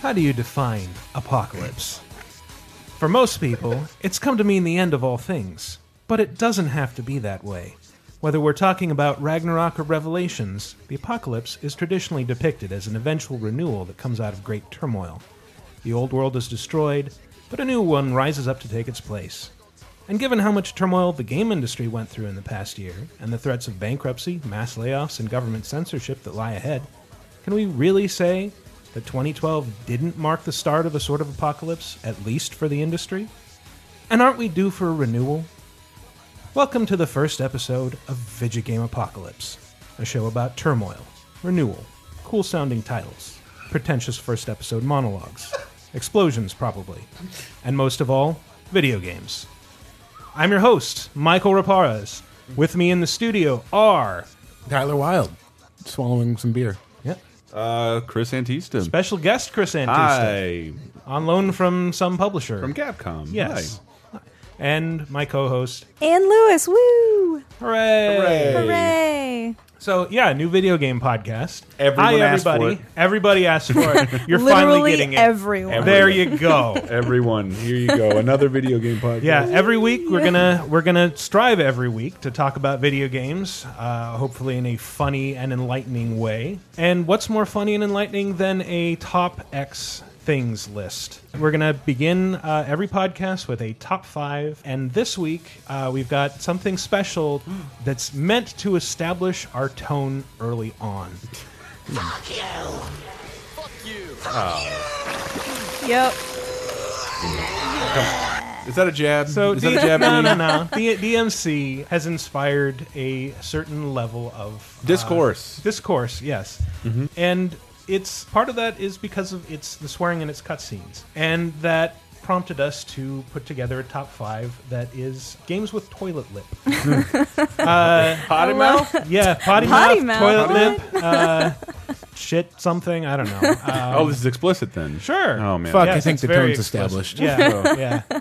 How do you define apocalypse? For most people, it's come to mean the end of all things, but it doesn't have to be that way. Whether we're talking about Ragnarok or Revelations, the apocalypse is traditionally depicted as an eventual renewal that comes out of great turmoil. The old world is destroyed, but a new one rises up to take its place. And given how much turmoil the game industry went through in the past year, and the threats of bankruptcy, mass layoffs, and government censorship that lie ahead, can we really say that 2012 didn't mark the start of a sort of apocalypse, at least for the industry? And aren't we due for a renewal? Welcome to the first episode of Video Game Apocalypse, a show about turmoil, renewal, cool sounding titles, pretentious first episode monologues, explosions probably, and most of all, video games. I'm your host, Michael Raparez. With me in the studio are Tyler Wilde swallowing some beer. Uh, Chris Antista. special guest Chris Antista, Hi. on loan from some publisher. From Capcom. Yes. And my co host. And Lewis, woo! Hooray! Hi. Hooray! So, yeah, new video game podcast. Everyone Hi, asked for everybody. it. Everybody asked for it. You're finally Literally getting it. everyone. There you go. Everyone, here you go. Another video game podcast. Yeah, every week we're gonna we're gonna strive every week to talk about video games, uh, hopefully in a funny and enlightening way. And what's more funny and enlightening than a top X things list? We're gonna begin uh, every podcast with a top five, and this week uh, we've got something special that's meant to establish our tone early on. Yep. Is that a jab? So Is that a D- jab? no, Ian? no, no. D- DMC has inspired a certain level of uh, Discourse. discourse, yes. Mm-hmm. And it's part of that is because of its the swearing and its cutscenes, and that prompted us to put together a top five that is games with toilet lip. Potty mouth? Yeah, potty, Uh, Potty mouth, mouth, toilet lip, uh, shit something. I don't know. Uh, oh, this is explicit then. sure. Oh, man. Fuck, Yes, I think it's the very tone's explicit. established. Oh. Yeah, yeah.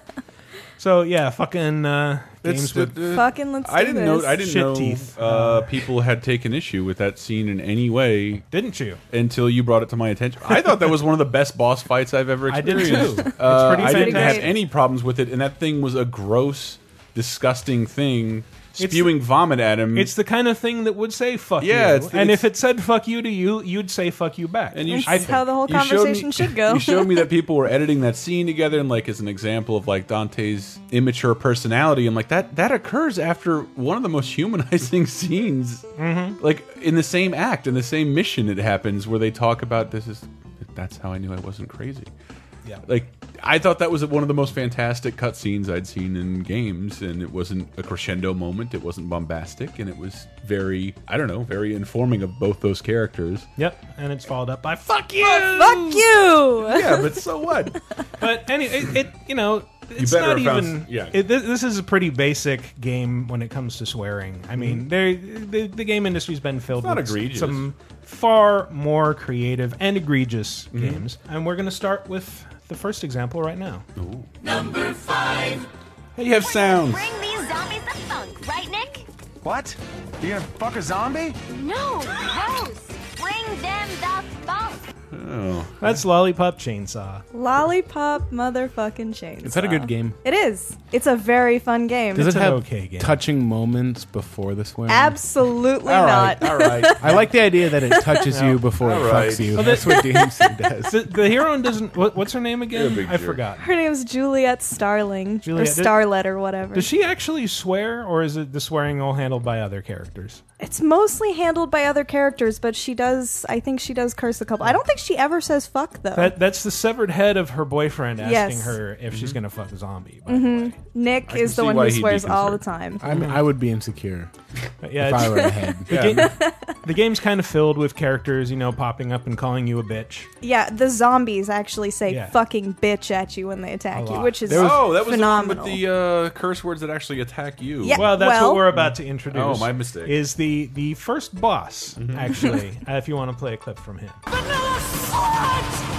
So yeah, fucking uh, games It's, with uh, Fucking let's I do didn't this. know. I didn't Shit know teeth. Uh, people had taken issue with that scene in any way didn't you? until you brought it to my attention. I thought that was one of the best boss fights I've ever I did experienced. too. It's pretty Uh, I fantastic. didn't have great. any problems with it, and that thing was a gross, disgusting thing spewing vomit at him. It's the kind of thing that would say "fuck Mm. Yeah, you," it's the- and it's- if it said "fuck you" to you, you'd say "fuck you" back. And you That's I think- how the whole you showed me- conversation should go. You showed me that people were editing that scene together, and like as an example of like Dante's immature personality, and like that that occurs after one of the most humanizing scenes, Mm-hmm. like in the same act, in the same mission, it happens where they talk about this is that's how I knew I wasn't crazy. Yeah. Like I thought that was one of the most fantastic cutscenes I'd seen in games, and it wasn't a crescendo moment. It wasn't bombastic, and it was very I don't know, very informing of both those characters. yep, and it's followed up by "fuck you." Fuck you! Yeah, but so what? But any, it, it you know, it's better not have found- even. yeah. it- thi- this is a pretty basic game when it comes to swearing. I mean, they the, the game industry's been filled Mm-hmm. not with egregious. some far more creative and egregious Mm-hmm. games, and we're going to start with the first example right now. Hey, you have sounds. Bring these zombies the funk, right, Nick? What? You gonna fuck a zombie? No, gross. Bring them the funk. That's Lollipop Chainsaw. Lollipop motherfucking chains. Is that a good game? It is. It's a very fun game. Does It's it an have okay game. touching moments before the swearing? Absolutely All right, not. all right. I like the idea that it touches you before it All fucks right. you. That's what DMC does. The, the heroine doesn't. What, what's her name a again? big I jerk. forgot. Her name's Juliet Starling. Juliet, or did- Starlet or whatever. Does she actually swear, or is it the swearing all handled by other characters? it's mostly handled by other characters, but she does, I think she does curse a couple. I don't think she ever says fuck, though. That that's the severed head of her boyfriend asking Yes. Mm-hmm. her if Mm-hmm. she's gonna fuck a zombie. By the way, Nick is the see one why who he'd be swears all the concerned. time. I, mean, I would be insecure but yeah, if I it's- were a head. the, ga- the game's kind of filled with characters, you know, popping up and calling you a bitch. Mm-hmm. Yeah, the zombies actually say Yeah. "fucking bitch" at you when they attack A you, lot. which is oh, that was phenomenal. the one with the uh, curse words that actually attack you. Yeah. Well, that's what Well- we're about to introduce. Oh, my mistake. Mm-hmm. Is the the first boss actually? uh, if you want to play a clip from him, Vanilla slut!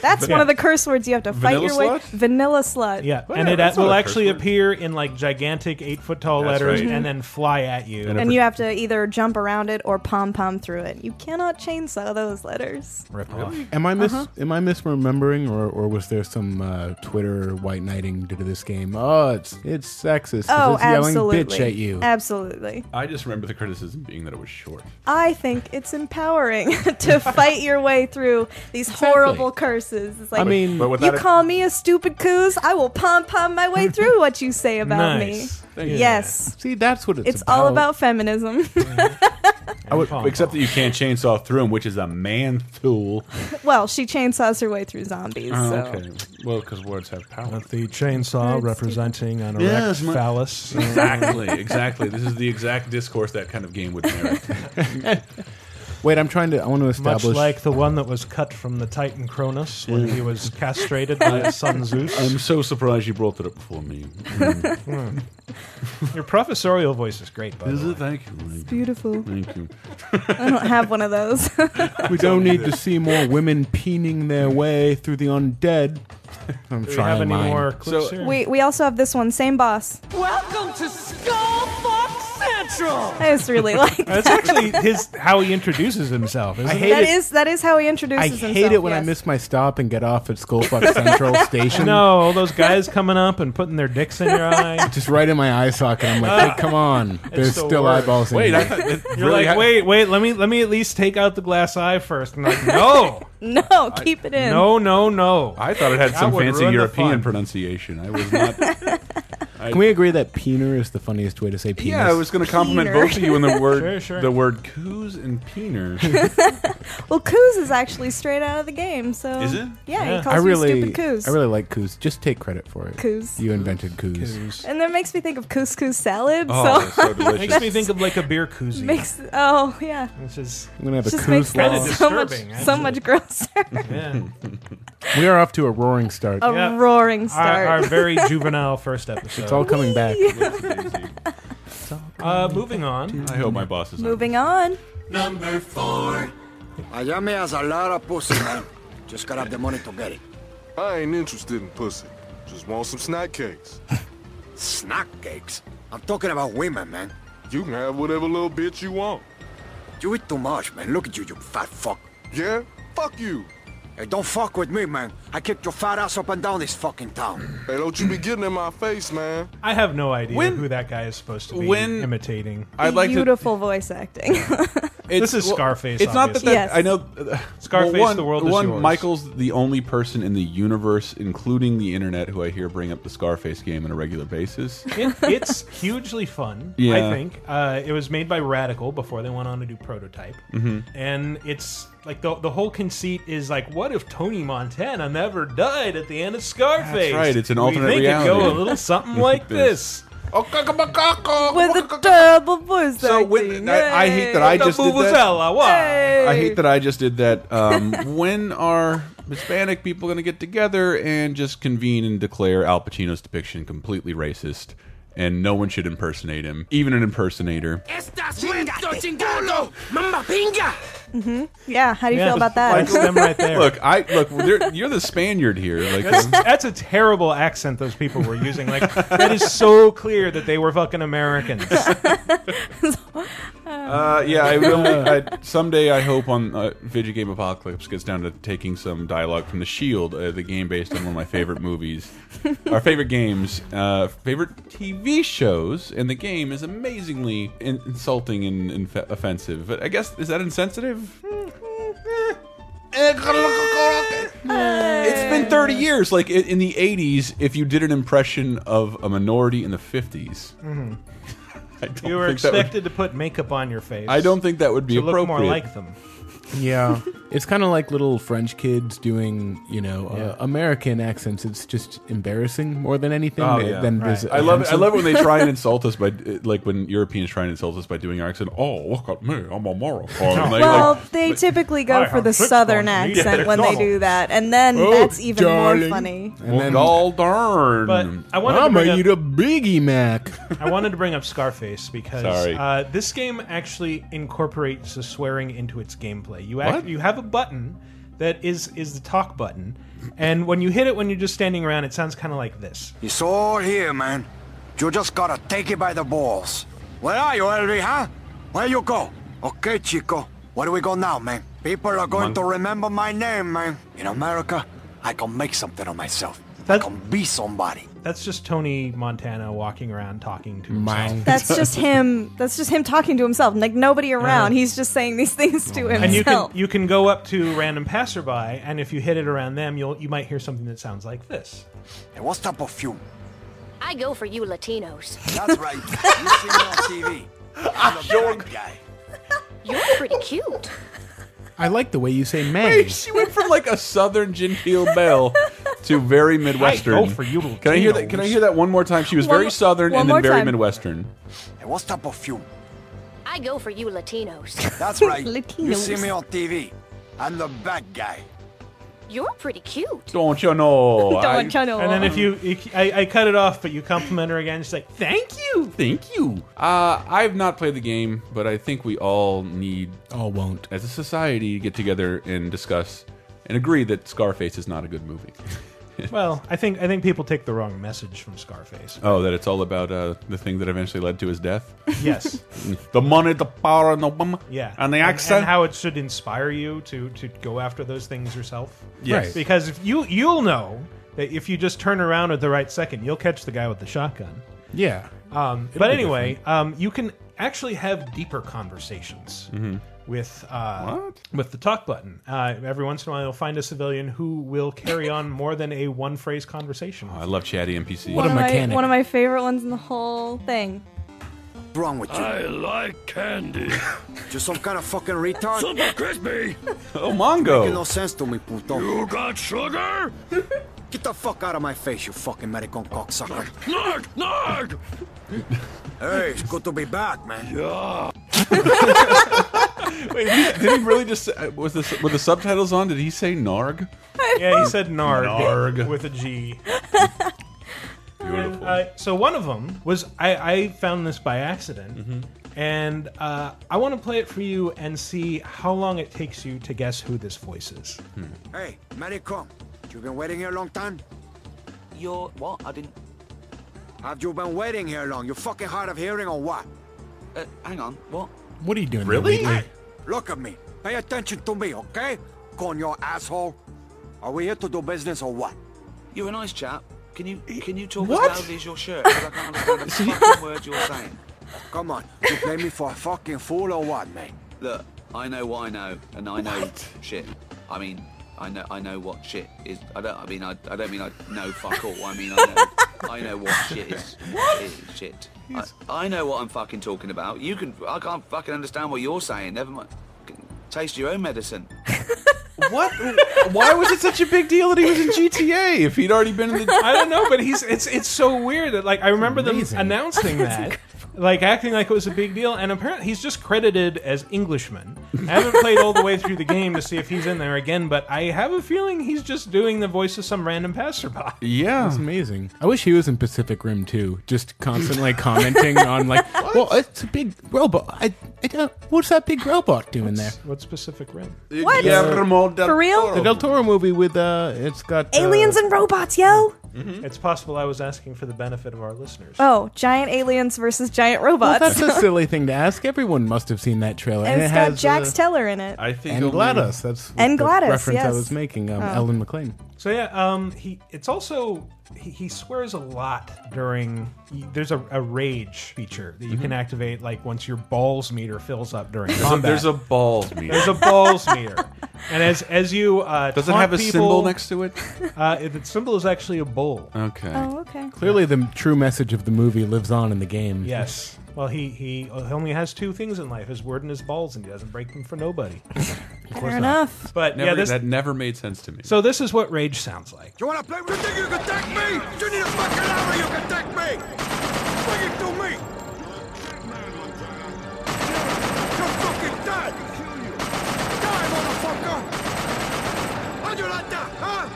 That's Yeah. one of the curse words you have to fight uh, Vanilla your way. slut? Vanilla slut. Yeah, Whatever, and it that's at, not will a curse actually word. appear in like gigantic eight foot tall That's letters right. and then fly at you. And And you have to either jump around it or pom pom through it. You cannot chainsaw those letters. Rip off. Am I Uh-huh. mis am I misremembering, or, or was there some uh, Twitter white knighting due to this game? Oh, it's it's sexist. 'cause Oh, it's yelling absolutely. bitch at you. Absolutely. I just remember the criticism being that it was short. I think it's empowering to fight your way through these horrible curses. It's like, I mean, But without a- you call me a stupid coos, I will pom pom my way through what you say about Nice. me. you. Yes. see, that's what it's. It's all about feminism. I would Except that you can't chainsaw through him, which is a man tool. well, she chainsaws her way through zombies. Oh, so. okay. Well, because words have power. the chainsaw representing an erect Yes, my- phallus. Exactly, exactly. This is the exact discourse that kind of game would merit. Wait, I'm trying to. I want to Much establish. like the one that was cut from the Titan Cronus when he was castrated by his son Zeus. I'm so surprised you brought that up before me. Mm. Your professorial voice is great, by Is the way. it? Thank you. Beautiful. Thank you. I don't have one of those. we don't need to see more women peening their way through the undead. I'm Do we trying have any mine. more clips So- here? we, we also have this one, same boss. Welcome to Skull Central! I just really like that. That's Uh, actually his how he introduces himself. Isn't I it? hate That it. is, that is how he I introduces himself. hate it when I yes. miss my stop and get off at Skullfuck Central Station. No, all those guys coming up and putting their dicks in your eye. Just right in my eye socket. I'm like, hey, come on. There's the still worst. eyeballs in Wait, here. I thought it You're really like, had- wait, wait, let me let me at least take out the glass eye first. And like, no, No, keep it in. no, no, no. I thought it had some would fancy ruin the European fun. pronunciation. I was not. Can we agree that peener is the funniest way to say penis? yeah, I was going to compliment Peener. both of you in the word Sure, sure. the word coos and peener. Well, Coos is actually straight out of the game, so. Is it? Yeah, Yeah. he I calls me really, stupid Coos. I really like coos. Just take credit for it. Coos. You invented coos. and that makes me think of couscous salad, oh, so. that's so delicious. Makes me think of like a beer koozie. Makes oh yeah, which is I'm gonna have a just coos makes kinda law. it so much disturbing, so actually. much grosser. yeah. We are off to a roaring start. a Yeah. roaring our, start. our very juvenile first episode. It's all coming back. uh, moving on. I hope my boss is Moving on. Miami has a lot of pussy, man. Just gotta have the money to get it. I ain't interested in pussy. Just want some snack cakes. Snack cakes. I'm talking about women, man. You can have whatever little bitch you want. You eat too much, man. Look at you, you fat fuck. Yeah? Fuck you. Hey, don't fuck with me, man. I kicked your fat ass up and down this fucking town. Hey, don't you be getting in my face, man. I have no idea When- who that guy is supposed to be when- imitating. I'd like to. Beautiful voice acting. It's- This is Scarface, It's not that, obviously. that Yes. I know. Scarface, well, one, the world is one, yours. Michael's the only person in the universe, including the internet, who I hear bring up the Scarface game on a regular basis. It, it's hugely fun. Yeah. I think uh, it was made by Radical before they went on to do Prototype, Mm-hmm. and it's like the the whole conceit is like, what if Tony Montana never died at the end of Scarface? That's right, it's an alternate we think It go reality. a little something like this. With a terrible voice So acting. when I, I hate that I The just did that. Vuvuzela, wah. I hate that I just did that. Um, when are Hispanic people going to get together and just convene and declare Al Pacino's depiction completely racist? And no one should impersonate him, even an impersonator. Yeah, how do you Yeah. feel about that? That's them right there. Look, I look. there- You're the Spaniard here. Like, That's, that's a terrible accent those people were using. Like that is so clear that they were fucking Americans. Uh, yeah, I really. I, someday, I hope on uh, video game apocalypse gets down to taking some dialogue from The Shield, uh, the game based on one of my favorite movies, our favorite games, uh, favorite TV shows, and the game is amazingly in insulting and inf offensive. But I guess is that insensitive? It's been 30 years. Like in in the 80s, if you did an impression of a minority in the 50s, I don't Mm-hmm. You were think that would- expected to put makeup on your face. I don't think that would be to look appropriate. more like them. Yeah, it's kind of like little French kids doing, you know, uh, American accents. It's just embarrassing more than anything. Oh, than- yeah. than Right. is I love it. I offensive. love it when they try and insult us by like when Europeans try and insult us by doing our accent. Oh, look at me, I'm a Moroccan. And they, well, like, they typically go I for have the six southern dogs and eat accent them. when they Normal. do that, and then Oh, that's even darling. more funny. And well, then gol darn. But I wanted to Mama, bring up- eat a Biggie Mac. I wanted to bring up Scarface because Sorry. Uh, this game actually incorporates the swearing into its gameplay. You act, What? you have a button that is is the talk button, and when you hit it when you're just standing around, it sounds kind of like this. It's all here, man. You just gotta take it by the balls. Where are you, Elvie, huh? Where you go? Okay, Chico. Where do we go now, man? People are going to remember my name, man. In America, I can make something of myself. That's- I can be somebody. That's just Tony Montana walking around talking to himself. That's just him. That's just him talking to himself. Like nobody around. He's just saying these things to himself. And you can you can go up to random passerby, and if you hit it around them, you'll you might hear something that sounds like this. Hey, what's that perfume? I go for you Latinos. That's right. you see me on TV. I'm a bad guy. You're pretty cute. I like the way you say Hey, man. she went from like a southern genteel belle to very midwestern. I go for you Can I hear that? Can I hear that one more time? She was One very mo- southern one and more then very time. midwestern. Hey, what's that perfume? I go for you Latinos. That's right. You Latinos. see me on TV. I'm the bad guy. You're pretty cute. Don't you know? Don't I- want you know. And then if you, you I, I cut it off, but you compliment her again. She's like, "Thank you." Thank you. Uh, I've not played the game, but I think we all need, Oh, won't. as a society, to get together and discuss and agree that Scarface is not a good movie. Well, I think I think people take the wrong message from Scarface. Oh, that it's all about uh, the thing that eventually led to his death. Yes, the money, the power, and the woman. yeah, And the accent. and how it should inspire you to to go after those things yourself. Yes. Right. because if you you'll know that if you just turn around at the right second, you'll catch the guy with the shotgun. Yeah. Uh, Um, but anyway, um, you can actually have deeper conversations Mm-hmm. with uh, with the talk button. Uh, every once in a while, you'll find a civilian who will carry on more than a one phrase conversation. I love chatty NPCs. What a one of my mechanic. one of my favorite ones in the whole thing. What's wrong with you? I like candy. Just some kind of fucking retard? Super crispy. oh, Mongo. no sense to me, puto. You got sugar? Get the fuck out of my face, you fucking American cocksucker. Narg, narg. Hey, it's good to be back, man. Wait, we- did he really just say- was this with the subtitles on? Did he say Narg? Yeah, he said Narg, Narg. with a G. Beautiful. Uh, so one of them was I, I found this by accident, Mm-hmm. and uh, I want to play it for you and see how long it takes you to guess who this voice is. Hey, American, you been waiting here a long time? You're what? I didn't. Have you been waiting here long? You fucking hard of hearing or what? Uh, hang on. What? What are you doing? Really? There, Wheatley? Look at me. Pay attention to me, okay? Con your asshole. Are we here to do business or what? You're a nice chap. Can you can you talk What? as loudly as your shirt? 'Cause I can't understand a fucking word you're saying. Come on, you play me for a fucking fool or what, mate? Look, I know what I know, and I know shit. I mean, I know I know what shit is. I don't. I mean, I, I don't mean I know fuck all. I mean, I know, I know what shit is. is shit. I, I know what I'm fucking talking about. You can. I can't fucking understand what you're saying. Never mind. Taste your own medicine. what? Why was it such a big deal that he was in GTA if he'd already been in the? I don't know, but he's it's it's so weird that like I remember them amazing. announcing that, like acting like it was a big deal, and apparently he's just credited as Englishman. I haven't played all the way through the game to see if he's in there again, but I have a feeling he's just doing the voice of some random passerby. Yeah. That's amazing. I wish he was in Pacific Rim too, just constantly commenting on like, well, it's a big robot. I, I don't. What's that big robot doing there? What specific rim? What? For real? The Del Toro movie with uh, it's got uh, Aliens and robots, yo! It's possible I was asking for the benefit of our listeners. Oh, giant aliens versus giant Well, robots. that's a silly thing to ask. Everyone must have seen that trailer. and it it's got has, Jax uh, Teller in it. I think and only- Gladys. That's And the Gladys, reference I yes. Oh. was making. Um, Ellen McLean. So yeah, um, he it's also he, he swears a lot during. There's a, a rage feature that you can activate like once your balls meter fills up during So combat. Mm-hmm. there's a balls meter. There's a balls meter, and as as you uh, Does it taunt have a people, symbol next to it? Uh, it- the symbol is actually a bull. Okay. oh, okay. Clearly, the true message of the movie lives on in the game. Yes. Well, he he only has two things in life: his word and his balls, and he doesn't break them for nobody. Fair enough. But Never, yeah, this, that never made sense to me. so this is what rage sounds like. You wanna play with You think you can take me? You need a fucking hour you can take me! Bring it to me! You're fucking dead! Die, motherfucker! How'd you like that, huh?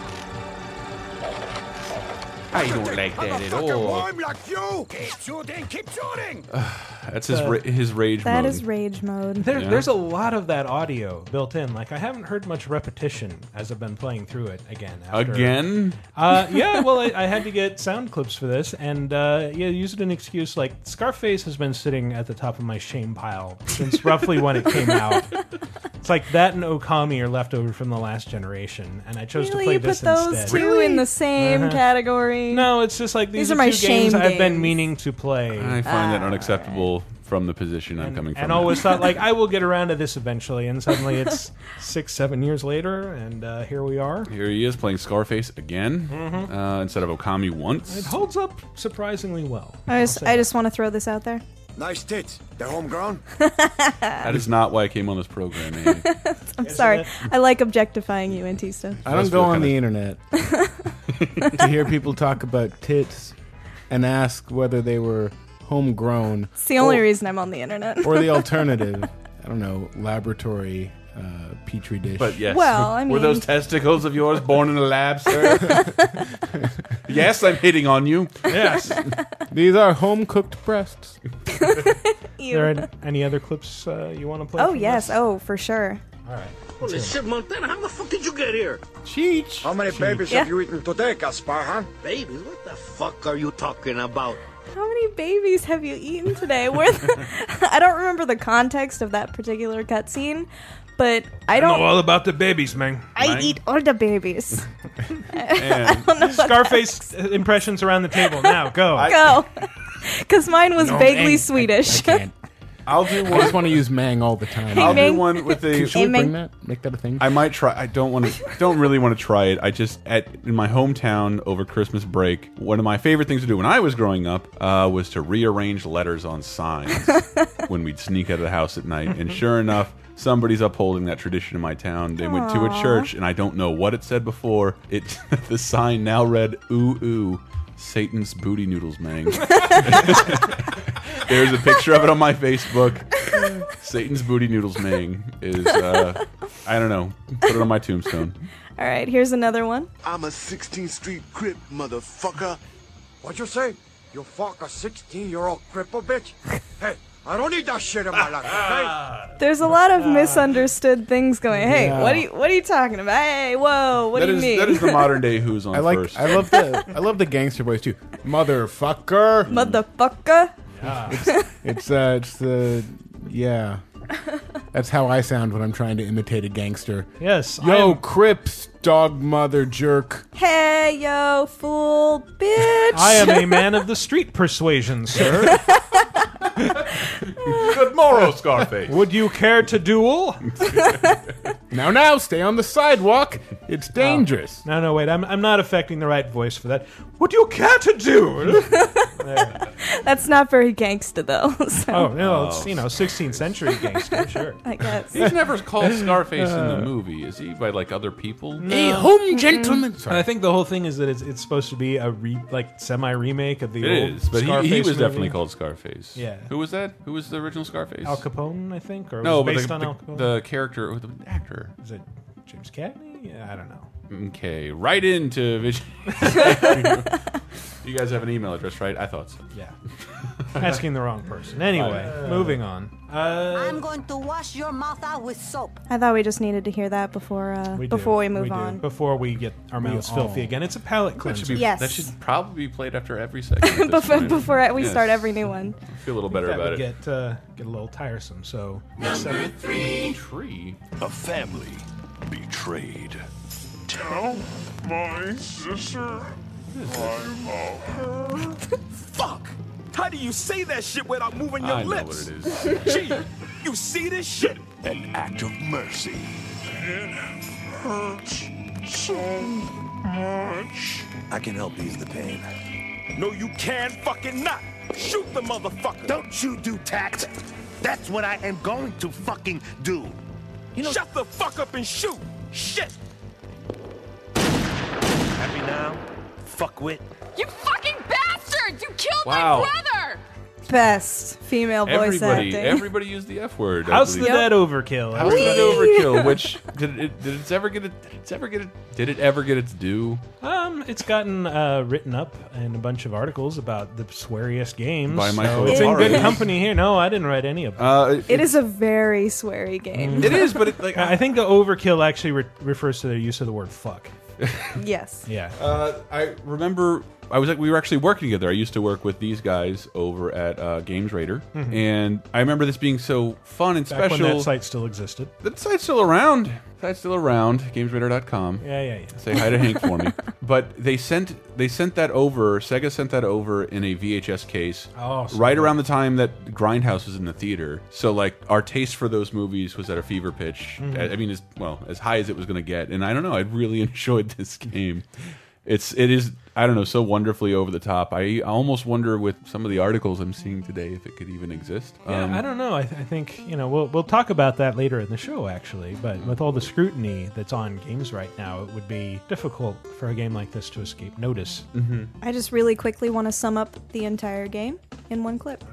I don't like I'm that a at fucking all. worm like you! Keep shooting, keep shooting! That's his ra- his rage That mode. is rage mode. There, There's a lot of that audio built in. Like I haven't heard much repetition as I've been playing through it again. After, Again? Uh, yeah. Well, I, I had to get sound clips for this, and uh, yeah, use it an excuse. Like Scarface has been sitting at the top of my shame pile since roughly when it came out. It's like that and Okami are left over from the last generation, and I chose to really, play you put this those instead. two in the same Uh-huh. category? No, it's just like these, These are my two games, shame I've been games. meaning to play. I find Ah. that unacceptable from the position I'm coming from. and always thought like I will get around to this eventually, and suddenly it's six, seven years later, and uh, here we are. Here he is playing Scarface again uh, instead of Okami once. It holds up surprisingly well. I just, I just want to throw this out there. Nice tits. They're homegrown. That is not why I came on this program. eh? Andy. I'm sorry. I like objectifying you, Antista. I don't Those go were on kinda- the internet to hear people talk about tits and ask whether they were homegrown It's the Oh. only or, reason I'm on the internet. or the alternative. I don't know, laboratory uh, petri dish. But yes, Well, I were those mean- testicles of yours born in a lab, sir? yes, I'm hitting on you. Yes. These are home cooked breasts. You. there are any other clips uh, you want to play? Oh from yes. this? Oh, for sure. All right. Holy shit, Montana, how the fuck did you get here? Cheech. How many babies Yeah. have you eaten today, Gaspar, huh? Babies, what the fuck are you talking about? How many babies have you eaten today? Where the, I don't remember the context of that particular cutscene, but I don't. all about the babies, man. I eat all the babies. And Scarface uh, impressions around the table. Now go. Go, because mine was vaguely Mang. I Swedish. can't. I'll do I one. just want to use Mang all the time. I'll do Mang. one with a. Should we Mang. bring that? Make that a thing? I might try. I don't want to. Don't really want to try it. I just at in my hometown over Christmas break. One of my favorite things to do when I was growing up uh, was to rearrange letters on signs when we'd sneak out of the house at night. And sure enough, somebody's upholding that tradition in my town. They went to a church, and I don't know what it said before. It the sign now read "Ooh ooh, Satan's booty noodles, mang." There's a picture of it on my Facebook. Satan's booty noodles mang is uh, I don't know. Put it on my tombstone. All right, here's another one. I'm a 16th Street Crip, motherfucker. What'd you say? You fuck a 16 year old cripple bitch? hey, I don't need that shit in my life, okay? There's a lot of misunderstood things going. Hey, Yeah. what are you? What are you talking about? Hey, whoa, what That do you is mean? that is the modern day who's on I like. first. I love the. I love the gangster voice too. Motherfucker. Motherfucker. It's uh, it's the yeah. That's how I sound when I'm trying to imitate a gangster. Yes. I Yo, am- Crips, dog mother jerk. Hey, yo, fool, bitch. I am a man of the street persuasion, sir. Good morrow, Scarface. Would you care to duel? Now, now, stay on the sidewalk. It's Oh. dangerous. No, no, wait. I'm, I'm not affecting the right voice for that. Would you care to duel? That's not very gangsta though. So Oh no, it's you know 16th century gangster, sure. I guess. He's never called Scarface in the movie, is he? By like other people? A home gentleman. And I Sorry. think the whole thing is that it's it's supposed to be a re, like semi remake of the It old is, but he, Scarface he was movie. definitely called Scarface. Yeah. Who was that? Who was the original Scarface? Al Capone, I think, or No, was but it based the, on the, Al Capone. the character, or the actor. is it James Cagney? Yeah, I don't know. Okay, right into Vision. you guys have an email address, right? I thought so. Yeah, asking the wrong person. Anyway, moving on. Uh, I'm going to wash your mouth out with soap. I thought we just needed to hear that before uh, we do, before we move do. on. Before we get our mouths filthy again, it's a palate That should cleanser. be. Yes. That should probably be played after every segment. before before I- we Yes. start every new one. I feel a little better that about would it. get uh, get a little tiresome. So Tree. A family betrayed. Tell my sister I'm Fuck! How do you say that shit without moving your I know lips? what it is. Gee, you see this shit? An act of mercy. It hurts so much. I can help ease the pain. No, you can fucking not. Shoot the motherfucker. Don't you do tact. That's what I am going to fucking do. You know, Shut the fuck up and shoot. Shit. happy now? Fuck wit. You fucking bastard! You killed Wow. my brother! best female voice Everybody, acting. everybody used the F word. I House the believe. Dead overkill. House of the Dead Whee! overkill. Which did it, did it ever get it? Did it ever get it? Did it ever get its due? Um, it's gotten uh, written up in a bunch of articles about the sweariest games. By so Michael it's in good Lawrence. company here. No, I didn't write any of them. Uh, it is a very sweary game. It is, but it, like I think the overkill actually re- refers to their use of the word fuck. yes. Yeah. Uh, I remember I was like we were actually working together. I used to work with these guys over at uh, Games Raider, Mhm. and I remember this being so fun and Back when special. that site still existed. That site's still around. Site's still around. GamesRadar.com. Yeah, yeah, yeah. Say hi to Hank for me. But they sent they sent that over. Sega sent that over in a VHS case. Oh, so right good. around the time that Grindhouse was in the theater. So like our taste for those movies was at a fever pitch. Mhm. I- I mean, as well as high as it was going to get. And I don't know. I really enjoyed this game. It's it is I don't know so wonderfully over the top. I, I almost wonder with some of the articles I'm seeing today if it could even exist. Yeah, Um, I don't know. I, th- I think you know we'll we'll talk about that later in the show, actually. But with all the scrutiny that's on games right now, it would be difficult for a game like this to escape notice. Mm-hmm. I just really quickly want to sum up the entire game in one clip.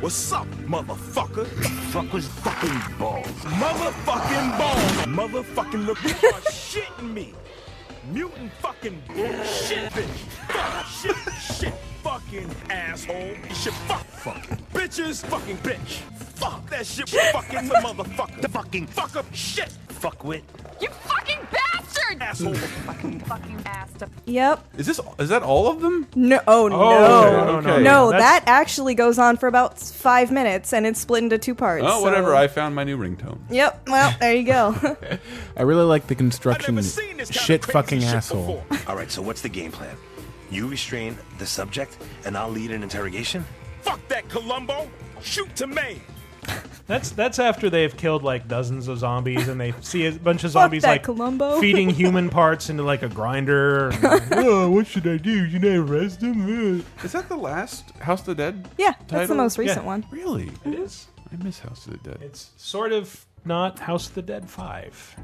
What's up, motherfucker? The fuck was fucking balls. Motherfucking balls. Motherfucking look. You are shitting me. Mutant fucking bullshit bitch. Fuck shit shit. Fucking asshole. Shit fuck fucking bitches. Fucking bitch. Fuck that shit. Fucking the motherfucker. The fucking fucker. Shit. Fuck with. Mm. You fucking bastard! Asshole. fucking fucking bastard. Yep. Is this is that all of them? No, oh, no. okay, okay. No, That's- that actually goes on for about five minutes and it's split into two parts. Oh, so- whatever. I found my new ringtone. Yep, well, there you go. I really like the construction. Shit, fucking asshole. All right, so what's the game plan? You restrain the subject, and I'll lead an interrogation. Fuck that Columbo. Shoot to Maine. That's that's after they've killed like dozens of zombies and they see a bunch of zombies that like Columbo. feeding human parts into like a grinder. and- oh, what should I do? You know, arrest him. Is that the last House of the Dead? Yeah, that's the title? most recent one. Really? It is. I miss House of the Dead. It's sort of not House of the Dead Five.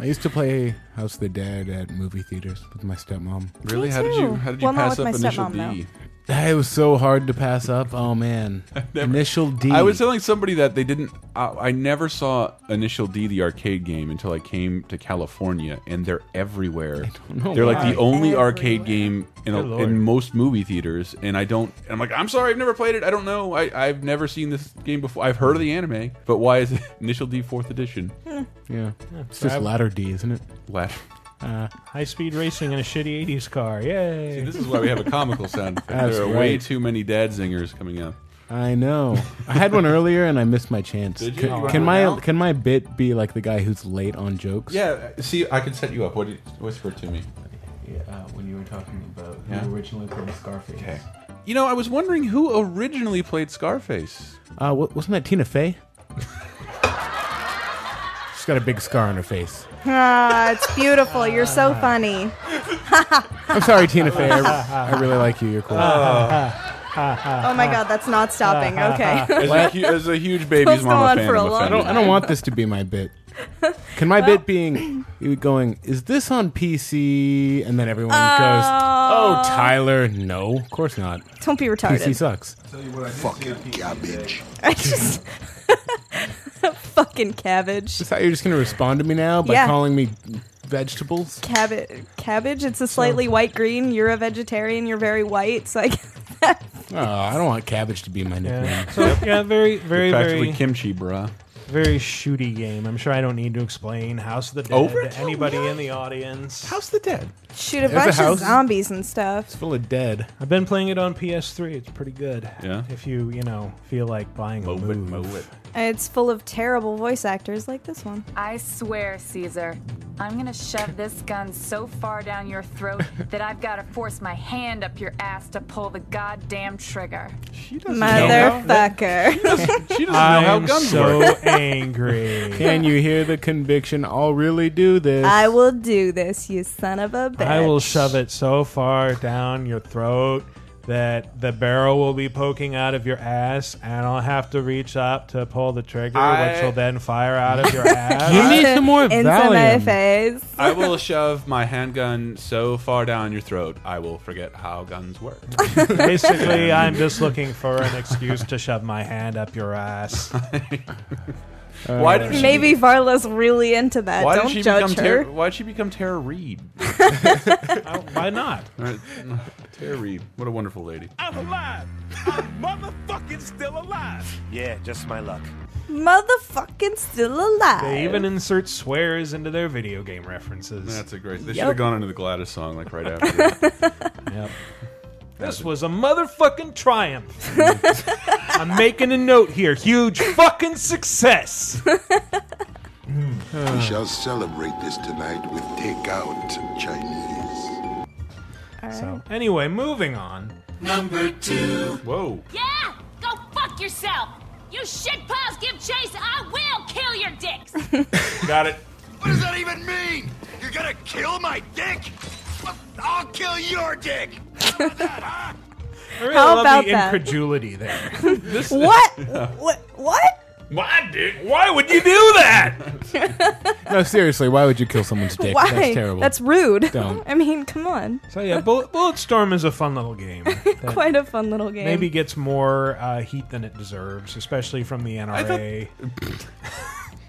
I used to play House of the Dead at movie theaters with my stepmom. Really? How did you how did you Well, not pass with up my initial stepmom, D? It was so hard to pass up. Oh man, initial D. I was telling somebody that they didn't. I, I never saw Initial D, the arcade game, until I came to California, and they're everywhere. know they're like why. the only arcade game in, a, Good lord. in most movie theaters, and I don't. And I'm like, I'm sorry, I've never played it. I don't know. I, I've never seen this game before. I've heard of the anime, but why is it Initial D Fourth Edition? Yeah, it's so just I- ladder D, isn't it? Ladder. Uh, High speed racing in a shitty '80s car. Yay! This is why we have a comical sound. effect. That's there are way right. too many dad zingers coming up. I know. I had one earlier and I missed my chance. Did you? Can, You wanna can go my now? can my bit be like the guy who's late on jokes? Yeah, see, I can set you up. What did whisper to me? Yeah, uh, when you were talking about Yeah. originally played Scarface. Okay. You know, I was wondering who originally played Scarface. Uh, wa- wasn't that Tina Fey? She's got a big scar on her face. ah, it's beautiful. You're so funny. I'm sorry, Tina Fey. I, I really like you. You're cool. Um, Oh my god, that's not stopping. Okay. As a, hu- as a huge baby's Supposed to go on mama fan, for a I'm long I offended. don't. I don't want this to be my bit. Can my bit being you going? Is this on PC? And then everyone goes, "Oh, Tyler, no, of course not. Don't be PC retarded. sucks." Fucking garbage. I just fucking cabbage. Is that you're just going to respond to me now by Yeah. calling me vegetables? Cabbage. Cabbage. It's a slightly white green. You're a vegetarian. You're very white. So I Oh, I don't want cabbage to be my nickname. Yeah. So yeah, very, very, Practically very, kimchi, bruh. very shooty game. I'm sure I don't need to explain House of the Dead Overkill, to anybody in the audience. House the Dead. shoot a There's a bunch of house. zombies and stuff. Full of dead. I've been playing it on PS3. It's pretty good. Yeah? If you you know feel like buying a Move it, move. move it. And It's full of terrible voice actors like this one. I swear, Caesar, I'm gonna shove this gun so far down your throat that I've gotta force my hand up your ass to pull the goddamn trigger. Motherfucker. She doesn't know how I'm guns so work. angry. Can you hear the conviction? I'll really do this. I will do this, you son of a bitch. I will shove it so far down your throat that the barrel will be poking out of your ass, and I'll have to reach up to pull the trigger, I- which will then fire out of your ass. face. I will shove my handgun so far down your throat, I will forget how guns work. Basically, I'm just looking for an excuse to shove my hand up your ass. Why did she- Maybe Varla's really into that. Why Don't did she judge become Tara? her. Why'd she become Tara Reed? Why not? Tara Reed, what a wonderful lady. I'm alive. I'm motherfucking still alive. Yeah, just my luck. Motherfucking still alive. They even insert swears into their video game references. That's a great. They Yep. should have gone into the Gladys song like right after. that. Yep. This was a motherfucking triumph. I'm making a note here. Huge fucking success. We shall celebrate this tonight with takeout Chinese. So, anyway, moving on. Number two. Whoa. Yeah, go fuck yourself. You shit piles give chase. I will kill your dicks. Got it. What does that even mean? You're gonna kill my dick? I'll kill your dick. I really How love about the that? incredulity there. what? What? What? My dick. Why would you do that? No, seriously, why would you kill someone's dick? Why? That's terrible. That's rude. Don't. I mean, come on. So yeah, Bull- Bulletstorm is a fun little game. that Quite a fun little game. Maybe gets more uh, heat than it deserves, especially from the NRA.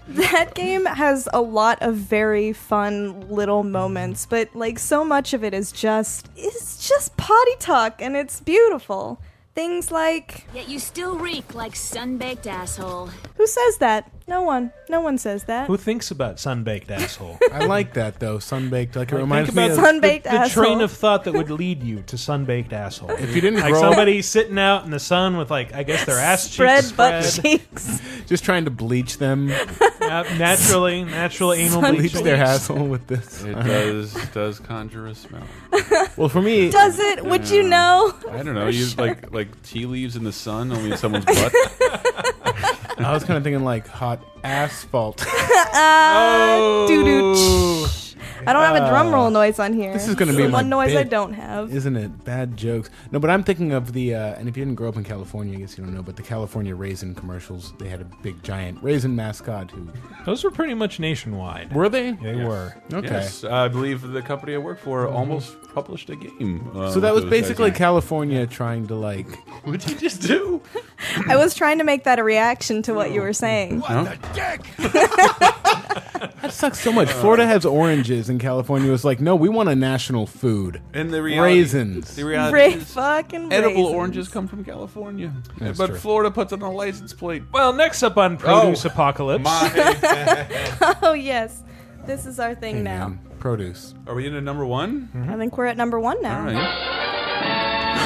That game has a lot of very fun little moments, but like so much of it is just it's just potty talk and it's beautiful. Things like Yet you still reek like sunbaked asshole. who says that? No one. No one says that. Who thinks about sunbaked asshole? I like that though. Sunbaked, like it Think reminds me about of the, Sunbaked the train asshole. of thought that would lead you to sunbaked asshole. If you didn't like grow up- somebody sitting out in the sun with like I guess their ass Spread cheeks butt spread. cheeks. just trying to bleach them. Yep, naturally, natural anal Sun bleach. bleach their asshole with this. It All right. does does conjure a smell. Well, for me, Does it? Would you Yeah. know? I don't know. For You sure. like like tea leaves in the sun only in someone's butt. I was kind of thinking like hot asphalt. Uh, doo-doo. I don't have a drum roll noise on here. This is going to be the my one noise I bit, don't have. isn't it? Bad jokes. No, but I'm thinking of the uh, and if you didn't grow up in California, I guess you don't know. But the California raisin commercials, they had a big giant raisin mascot who Those were pretty much nationwide. were they? They were. Okay. Yes, I believe the company I work for almost published a game. uh, so that was with those guys basically in it. California trying to like. What'd you just do? I was trying to make that a reaction to what you were saying. What the That sucks so much. Florida has oranges, and California was like, no, we want a national food. And the reality- raisins. the reality Ra- is fucking edible raisins. oranges come from California, That's but true. Florida puts on a license plate. Well, next up on Produce Oh, Apocalypse. oh yes, this is our thing now. Um, produce. Are we into number one? I think we're at number one now. All right.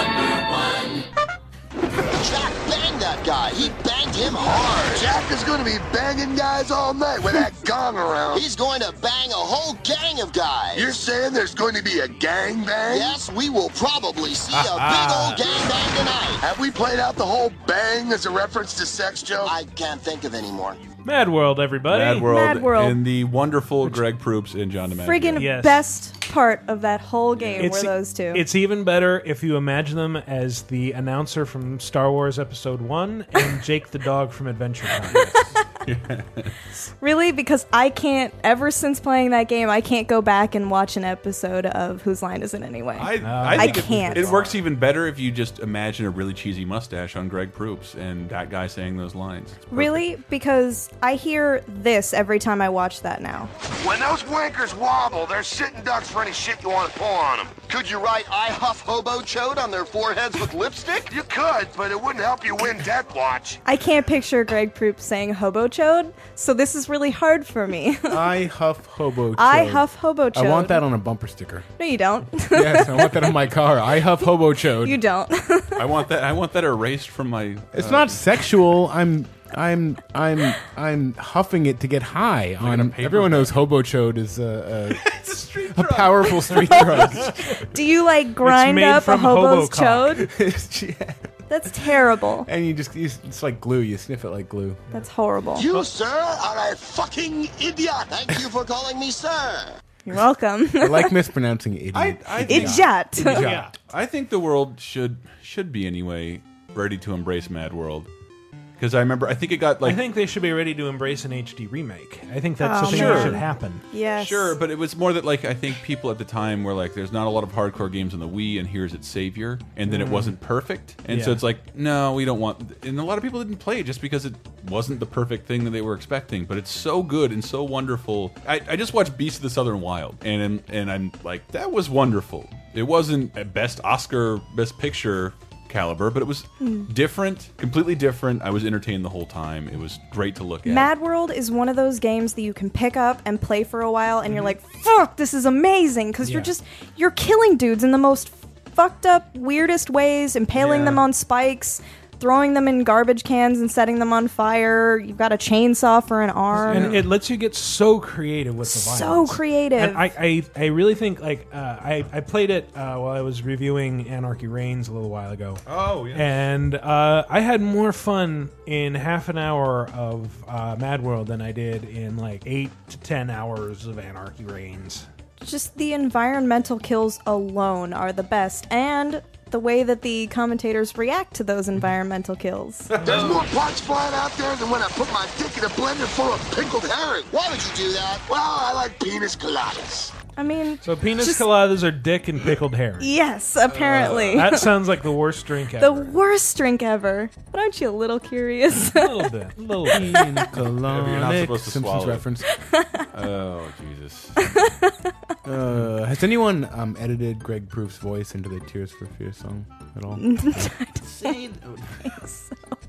Jack banged that guy. He banged him hard. Jack is going to be banging guys all night with that gong around. He's going to bang a whole gang of guys. You're saying there's going to be a gang bang? Yes, we will probably see a big old gang bang tonight. Have we played out the whole bang as a reference to sex joke? I can't think of any more. Mad World, everybody. Mad World, Mad World. and the wonderful Greg Proops and John DeMaggio. Friggin' best part of that whole game It's- were those two. It's even better if you imagine them as the announcer from Star Wars Episode 1 and Jake the dog from Adventure Time. really because I can't. Ever since playing that game, I can't go back and watch an episode of Whose Line Is It Anyway? I, I think it- can't. It, works even better if you just imagine a really cheesy mustache on Greg Proops and that guy saying those lines. Really? Because I hear this every time I watch that now. When those wankers wobble, they're sitting ducks for any shit you want to pull on them. Could you write I huff hobo chode on their foreheads with lipstick? You could, but it wouldn't help you win Death Watch. I can't picture Greg Proop saying hobo chode, so this is really hard for me. I huff hobo chode. I huff hobo I want chode. that on a bumper sticker. no, you don't. yes, I want that on my car. I huff hobo chode. you don't. I want that. I want that erased from my. it's uh, not sexual. I'm I'm I'm I'm huffing it to get high on. Everyone knows hobo chode is a, a, a powerful street drug. Do you like grind made up a from hobo's hobocock. chode? That's terrible. and you just you, it's like glue. You sniff it like glue. That's horrible. You, sir, are a fucking idiot. Thank you for calling me sir. You're welcome. I like mispronouncing idiot. Idiot. Idiot. I think the world should should be anyway ready to embrace Mad World because I remember I think it got like I think they should be ready to embrace an HD remake. I think that's the Oh, thing man. that should happen. Yes. Sure, but it was more that like I think people at the time were like, "There's not a lot of hardcore games on the Wii, and here's its savior." And then it Mm. wasn't perfect, and so Yeah. it's like, "No, we don't want." And a lot of people didn't play it just because it wasn't the perfect thing that they were expecting. But it's so good and so wonderful. I, I just watched Beast of the Southern Wild, and and I'm like, that was wonderful. It wasn't a best Oscar, best picture caliber, but it was Mm. different, completely different. I was entertained the whole time. It was great to look at. Mad World is one of those games that you can pick up and play for a while, and you're like, Mm-hmm. "Fuck, this is amazing!" Because Yeah. you're just you're killing dudes in the most fucked up, weirdest ways, impaling Yeah. them on spikes, throwing them in garbage cans, and setting them on fire. You've got a chainsaw for an arm. and it lets you get so creative with the violence. So creative. And I, I, I really think like uh, I, I played it uh, while I was reviewing Anarchy Reigns a little while ago. Oh, yeah. And uh, I had more fun in half an hour of uh, Mad World than I did in like eight to ten hours of Anarchy Reigns. just the environmental kills alone are the best, and the way that the commentators react to those environmental kills. There's more pots flying out there than when I put my dick in a blender full of pickled herring. Why would you do that? Well, I like penis coladas. I mean, So penis coladas are dick and pickled hair. yes, apparently. that sounds like the worst drink the ever. worst drink ever. But aren't you a little curious? little bit, little bit. You're not supposed to Simpsons swallow. reference. oh Jesus! Uh, has anyone um, edited Greg Proof's voice into the Tears for Fears song at all?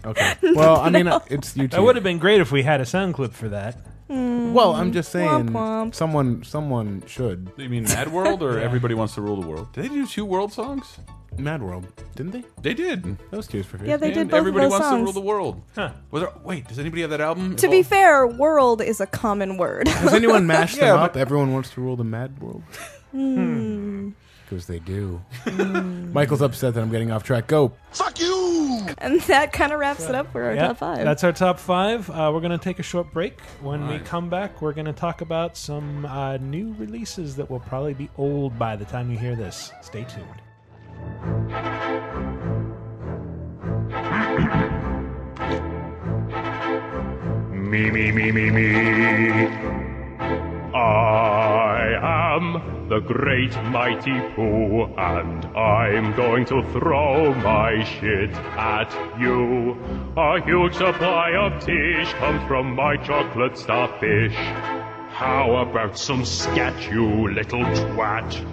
Okay. Well, I mean, uh, it's YouTube. That would have been great if we had a sound clip for that. Well, I'm just Womp saying, womp. someone someone should. You mean Mad World or Yeah. Everybody Wants to Rule the World? Did they do two World songs? Mad World, didn't they? They did. Those two for Yeah, they did And both of Everybody those Wants to songs. Rule the World. Huh. Was there, wait, does anybody have that album? to be fair, world is a common word. Has anyone mashed Yeah, them up? Everyone wants to rule the Mad World Hmm. because they do. Michael's upset that I'm getting off track. Go. Fuck you! And that kind of wraps it up for our Yeah, top five. That's our top five. Uh, we're going to take a short break. When we Nice. come back, we're going to talk about some uh, new releases that will probably be old by the time you hear this. Stay tuned. Me, me, me, me, me. I am the great mighty Pooh, and I'm going to throw my shit at you. A huge supply of tish comes from my chocolate starfish. How about some scat, you little twat?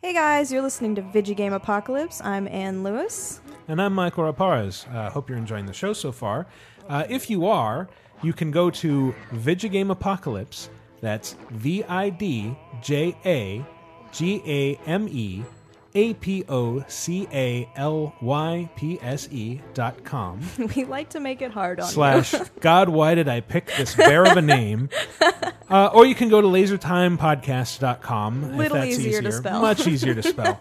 Hey guys, you're listening to Vigigame Apocalypse. I'm Ann Lewis. And I'm Michael Raparez. Uh, hope you're enjoying the show so far. Uh, if you are, you can go to Vigigame Apocalypse. That's V I D J A G A M E A P O C A L Y P S E dot com. we like to make it hard on you. slash God, why did I pick this bear of a name? Uh, or you can go to lasertimepodcast.com. if Little that's easier to spell. Much easier to spell.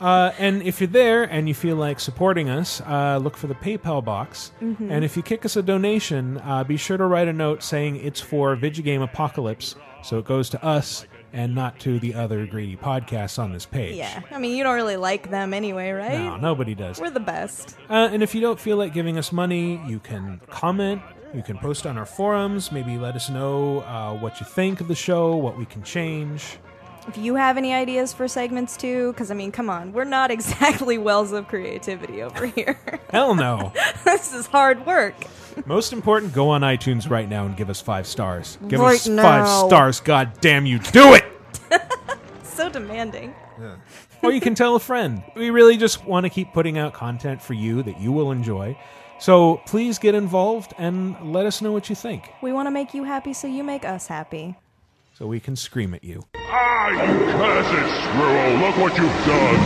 Uh, and if you're there and you feel like supporting us, uh, look for the PayPal box. Mm-hmm. Mhm. And if you kick us a donation, uh, be sure to write a note saying it's for Vigigame Apocalypse, so it goes to us and not to the other greedy podcasts on this page. Yeah, I mean, you don't really like them anyway, right? No, nobody does. We're the best. Uh, and if you don't feel like giving us money, you can comment, you can post on our forums, maybe let us know uh, what you think of the show, what we can change. If you have any ideas for segments too, because I mean, come on, we're not exactly wells of creativity over here. Hell no. this is hard work. Most important, go on iTunes right now and give us five stars. Give Right us five now. stars. God damn you, do it! So demanding. or you can tell a friend. We really just want to keep putting out content for you that you will enjoy. So please get involved and let us know what you think We want to make you happy, so you make us happy. so we can scream at you. Ah, you cursed squirrel! Look what you've done!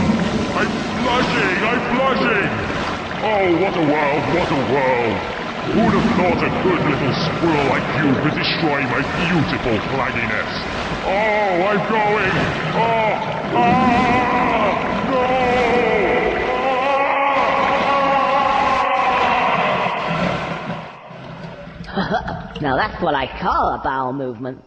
I'm blushing! I'm blushing! Oh, what a world! What a world! Who'd have thought a good little squirrel like you could destroy my beautiful flaggy nest? Oh, I'm going! Oh! Ah! No! ah. Now that's what I call a bowel movement.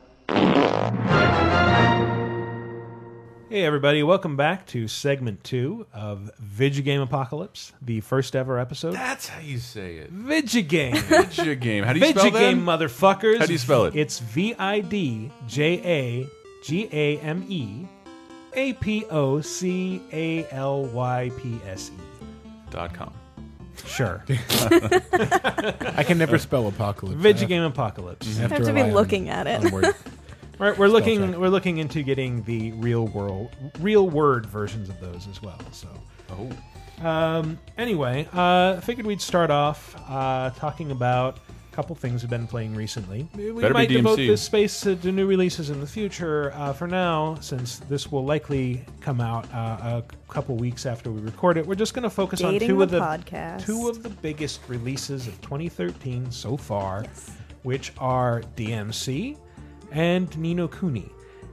Hey, everybody, welcome back to segment two of Vigigame Apocalypse, the first ever episode. That's how you say it. Vigigame. Vigigame. How do you spell that? Vigigame, motherfuckers. How do you spell it? It's V I D J A G A M E A P O C A L Y P S E. Dot com. Sure. I can never spell apocalypse. Vigigame Apocalypse. You have to be looking at it. We're, we're looking. We're looking into getting the real world, real word versions of those as well. So. Oh. Um, anyway, uh, figured we'd start off uh, talking about a couple things we've been playing recently. We Better be might devote DMC. this space to, to new releases in the future. Uh, for now, since this will likely come out uh, a couple weeks after we record it, we're just going to focus Dating on two of the the podcast. two of the biggest releases of 2013 so far, which are DMC and Nino Kuni.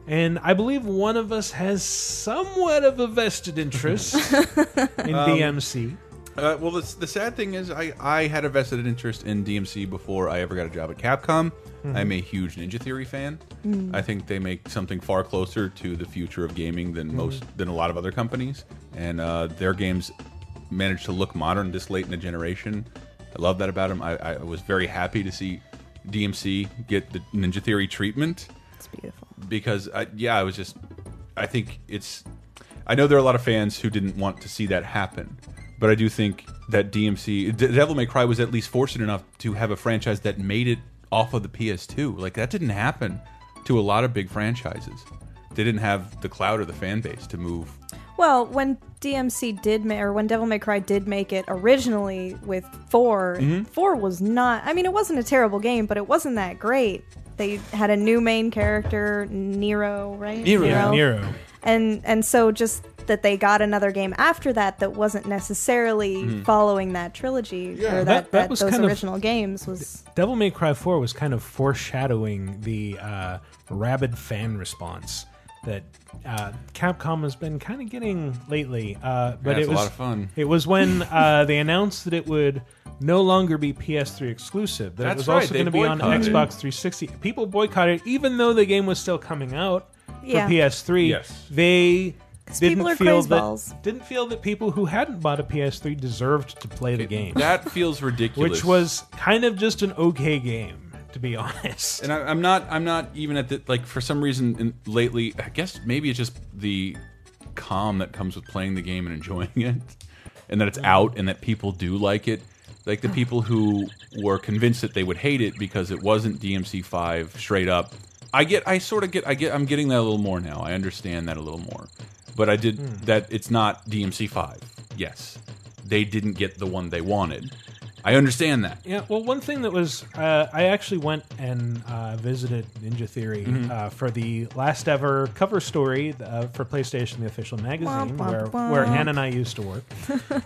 And I believe one of us has somewhat of a vested interest in Um, DMC. Uh, well, the, the sad thing is, I, I had a vested interest in DMC before I ever got a job at Capcom. Mhm. I'm a huge Ninja Theory fan. Mm. I think they make something far closer to the future of gaming than most than a lot of other companies, and uh, their games manage to look modern this late in the generation. I love that about them. I, I was very happy to see DMC get the Ninja Theory treatment. It's beautiful. Because I, yeah, I was just I think it's I know there are a lot of fans who didn't want to see that happen, but I do think that DMC D- Devil May Cry was at least fortunate enough to have a franchise that made it off of the PS2. Like that didn't happen to a lot of big franchises. They didn't have the cloud or the fan base to move. Well, when DMC did, ma- or when Devil May Cry did make it originally with 4 Mm-hmm. Mhm. four was not. I mean, it wasn't a terrible game, but it wasn't that great. They had a new main character, Nero, right? and and so just that they got another game after that that wasn't necessarily Mhm. following that trilogy Yeah. or That- that, that, that was those kind of- original games was Devil May Cry 4 was kind of foreshadowing the uh, rabid fan response that uh, Capcom has been kind of getting lately. Uh, but Yeah, it it's a was lot of fun. It was when uh, they announced that it would no longer be PS3 exclusive. That That's it was right, also they going to be on boycotted. Xbox 360. People boycotted, even though the game was still coming out Yeah. for PS3. Yes. They. 'Cause Didn't people are feel crazy that balls. didn't feel that people who hadn't bought a PS3 deserved to play the game. That feels ridiculous. Which was kind of just an okay game, to be honest. And I, I'm not. I'm not even at the like for some reason in, lately. I guess maybe it's just the calm that comes with playing the game and enjoying it, and that it's out and that people do like it. Like the people who were convinced that they would hate it because it wasn't DMC five straight up. I get. I sort of get. I get. I'm getting that a little more now. I understand that a little more. But I did Hmm. that. It's not DMC five. Yes, they didn't get the one they wanted. I understand that. Yeah, well, one thing that was, uh, I actually went and uh, visited Ninja Theory Mhm. uh, for the last ever cover story uh, for PlayStation, the official magazine, womp, where, womp. where Ann and I used to work.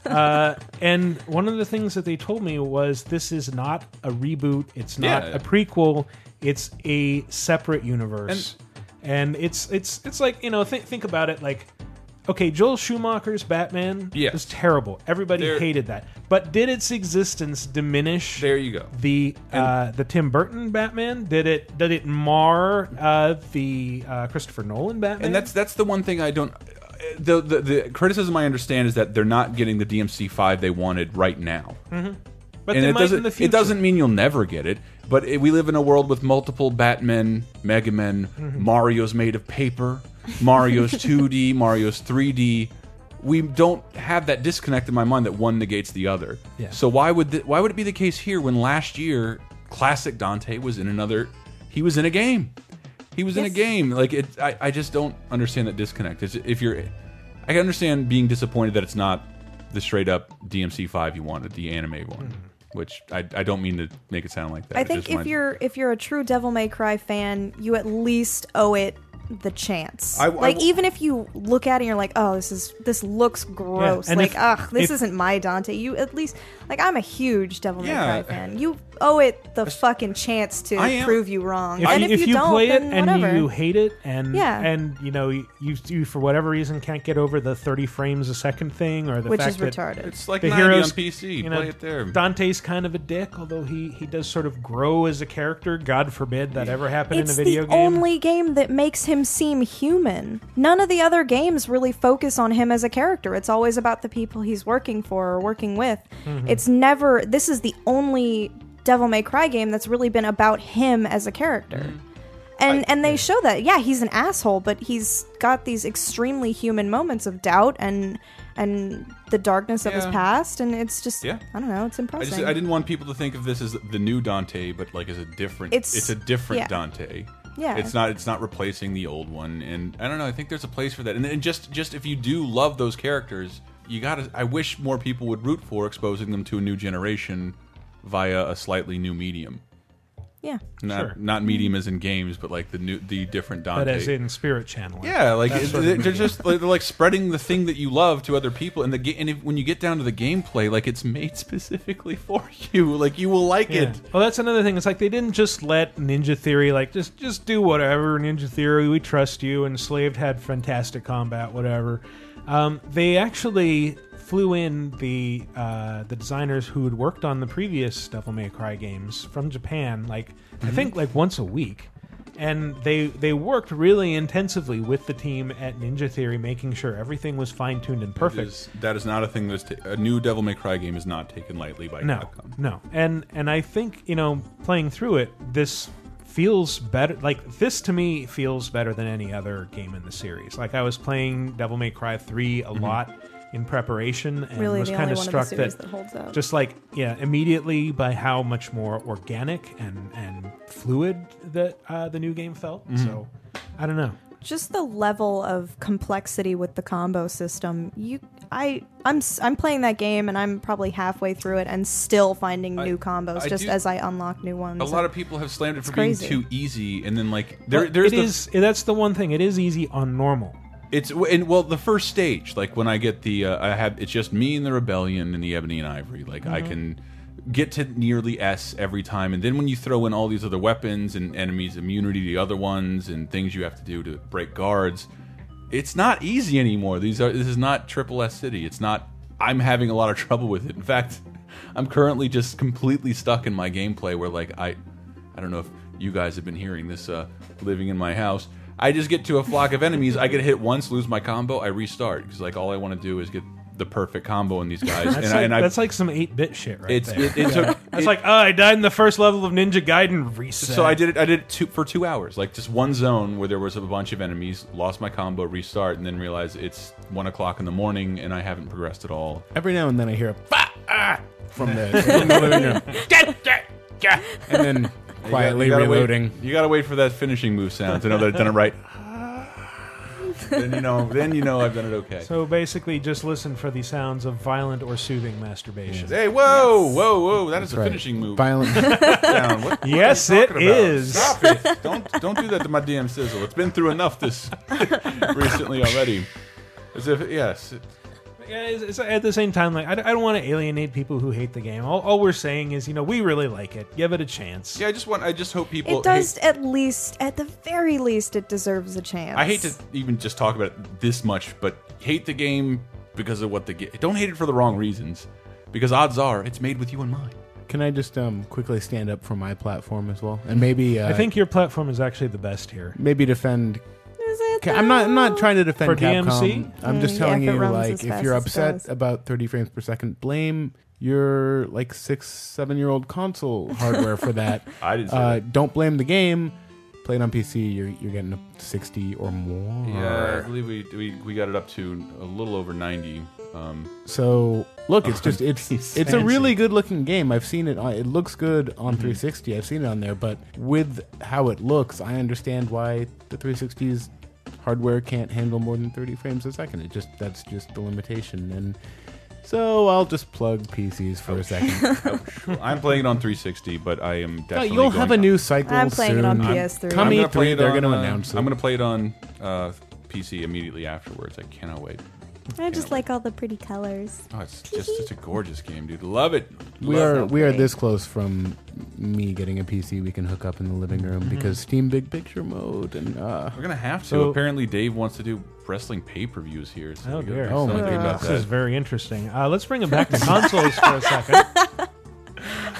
uh, and one of the things that they told me was this is not a reboot, it's not Yeah. a prequel, it's a separate universe. And, it's it's it's like you know think think about it like, okay, Joel Schumacher's Batman Yes. was terrible. Everybody There- hated that, but did its existence diminish? There you go. the uh, the Tim Burton Batman? Did it did it mar uh, the uh, Christopher Nolan Batman? And that's that's the one thing I don't. The, the the criticism I understand is that they're not getting the DMC five they wanted right now. Mhm. but and they it might doesn't, in the future. It doesn't mean you'll never get it. But it, we live in a world with multiple Batman, Mega Men, Mhm. Mario's made of paper, Mario's 2D, Mario's 3D. We don't have that disconnect in my mind that one negates the other. Yeah. So why would th why would it be the case here when last year classic Dante was in another? He was in a game. He was in a Yes. game. Like it, I, I just don't understand that disconnect. It's, if you're, I can understand being disappointed that it's not the straight up DMC five you wanted, the anime one, which I, I don't mean to make it sound like that. Hmm. I It's think just if my- you're if you're a true Devil May Cry fan, you at least owe it the chance. I- I like w- even if you look at it and you're like, "Oh, this is this looks gross." and like, if- "Ugh, this if- isn't my Dante." You at least like I'm a huge Devil Yeah. May Cry fan. You owe it the fucking chance to I am- prove you wrong. If, and you, if, you, don't, play it then and whatever. you hate it, and Yeah. and you know you, you for whatever reason can't get over the thirty frames a second thing, or the Which fact is that retarded. It's like the 90 on heroes PC. You know, Play it there. Dante's kind of a dick, although he he does sort of grow as a character. God forbid that ever happened it's in a video the game. only game that makes him seem human. None of the other games really focus on him as a character. It's always about the people he's working for or working with. Mhm. It's never. This is the only Devil May Cry game that's really been about him as a character. And and they show that yeah he's an asshole but he's got these extremely human moments of doubt and and the darkness of his Yeah. past and it's just Yeah. I don't know it's I impressive. just I didn't want people to think of this as the new Dante, but like as a different. It's, It's- a different yeah. Dante. Yeah. It's not it's not replacing the old one, and I don't know. I think there's a place for that, and, and just just if you do love those characters, you gotta. I wish more people would root for exposing them to a new generation via a slightly new medium. Yeah. Not Sure. not medium as in games, but like the new the different Dante. But as in spirit channeling. Yeah, like That it- sort of they're medium. just like, they're like spreading the thing that you love to other people, and the ga- and if, when you get down to the gameplay, like it's made specifically for you. Like you will like Yeah. it. Well, that's another thing. It's like they didn't just let Ninja Theory like just just do whatever. Ninja Theory, we trust you. Enslaved had fantastic combat, whatever. Um, they actually flew in the uh, the designers who had worked on the previous Devil May Cry games from Japan, like I Mm-hmm. Mhm. think like once a week. And they they worked really intensively with the team at Ninja Theory, making sure everything was fine tuned and perfect. It is- that is not a thing that's ta a new Devil May Cry game is not taken lightly by no, Capcom. No, and and I think you know playing through it, this feels better. Like this to me feels better than any other game in the series. Like I was playing Devil May Cry three a Mm-hmm. lot in preparation, and Really was the kind only of one of the struck series that, that holds up. just like yeah, immediately by how much more organic and and fluid that uh, the new game felt. Mm-hmm. Mhm. So I don't know. just the level of complexity with the combo system you i i'm s- i'm playing that game and i'm probably halfway through it and still finding new combos I just do- as i unlock new ones A lot of people have slammed it It's for being crazy. too easy, and then like there But there's it the is- that's the one thing. It is easy on normal. It's and well, the first stage, like when I get the, uh, I have it's just me and the rebellion and the ebony and ivory. Like I Mhm. can get to nearly S every time, and then when you throw in all these other weapons and enemies' immunity to other ones and things you have to do to break guards, it's not easy anymore. These are this is not triple S city. It's not. I'm having a lot of trouble with it. In fact, I'm currently just completely stuck in my gameplay where like I, I don't know if you guys have been hearing this. Uh, living in my house. I just get to a flock of enemies. I get hit once, lose my combo, I restart because like all I want to do is get the perfect combo on these guys. That's, and like, I, and I, that's like some eight bit shit, right It's- there. it- it took- It's it- like, oh, I died in the first level of Ninja Gaiden reset. So I did it. I did it two, for two hours, like just one zone where there was a bunch of enemies. Lost my combo, restart, and then realized it's one o'clock in the morning and I haven't progressed at all. Every now and then I hear a "Fa- ah!" from the, from the living room. And then You quietly gotta- you gotta wait- reloading. you gotta wait for that finishing move sound to know that I've done it right. then you know. Then you know I've done it okay. So basically, just listen for the sounds of violent or soothing masturbation. Hey, whoa, whoa, whoa! That is That's a right. finishing move. Violent- Down. What- what Yes, are you it talking about? is. Stop it! Don't don't do that to my DM sizzle. It's been through enough this recently already. As if yes, Yeah, it's, it's- at the same time, like I, don't- I don't want to alienate people who hate the game. All, all we're saying is, you know, we really like it. Give it a chance. yeah. I just want. I just hope people. it does hate- at least at the very least it deserves a chance I hate to even just talk about it this much, but hate the game because of what the game. Don't hate it for the wrong reasons, because odds are it's made with you in mind. Can I just um, quickly stand up for my platform as well, and maybe uh, I think your platform is actually the best here. maybe defend. Ca- I'm not. I'm not trying to defend For Capcom. DMC? I'm just Mm, telling yeah, if it you, runs as like, if fast you're as it upset does. about 30 frames per second, blame your like six, seven year old console hardware for that. I didn't say uh, Don't blame the game. Play it on PC. You're you're getting a 60 or more. Yeah, I believe we, we we got it up to a little over ninety. Um, So look, it's just it's He's it's a fancy. really good looking game. I've seen it. on It looks good on Mhm. 360. I've seen it on there, but with how it looks, I understand why the 360's hardware can't handle more than 30 frames a second. It just that's just the limitation. And so I'll just plug PCs for a second. I'm playing it on 360, but I am definitely. you'll have going- a new cycle I'm playing it on soon. PS3. Come gonna E3, play it they're on, gonna uh, announce it. I'm going to play it on uh, PC immediately afterwards. I cannot wait. i just like all the pretty colors Oh, it's just such a gorgeous game, dude. Love it. we Love are it. we are this close from me getting a PC we can hook up in the living room Mhm. because Steam Big Picture mode and uh, We're gonna have to. so- Apparently, Dave wants to do wrestling pay per views here. So Oh we gotta dear! do something about This is that. very interesting. Uh, let's bring it back to consoles for a second.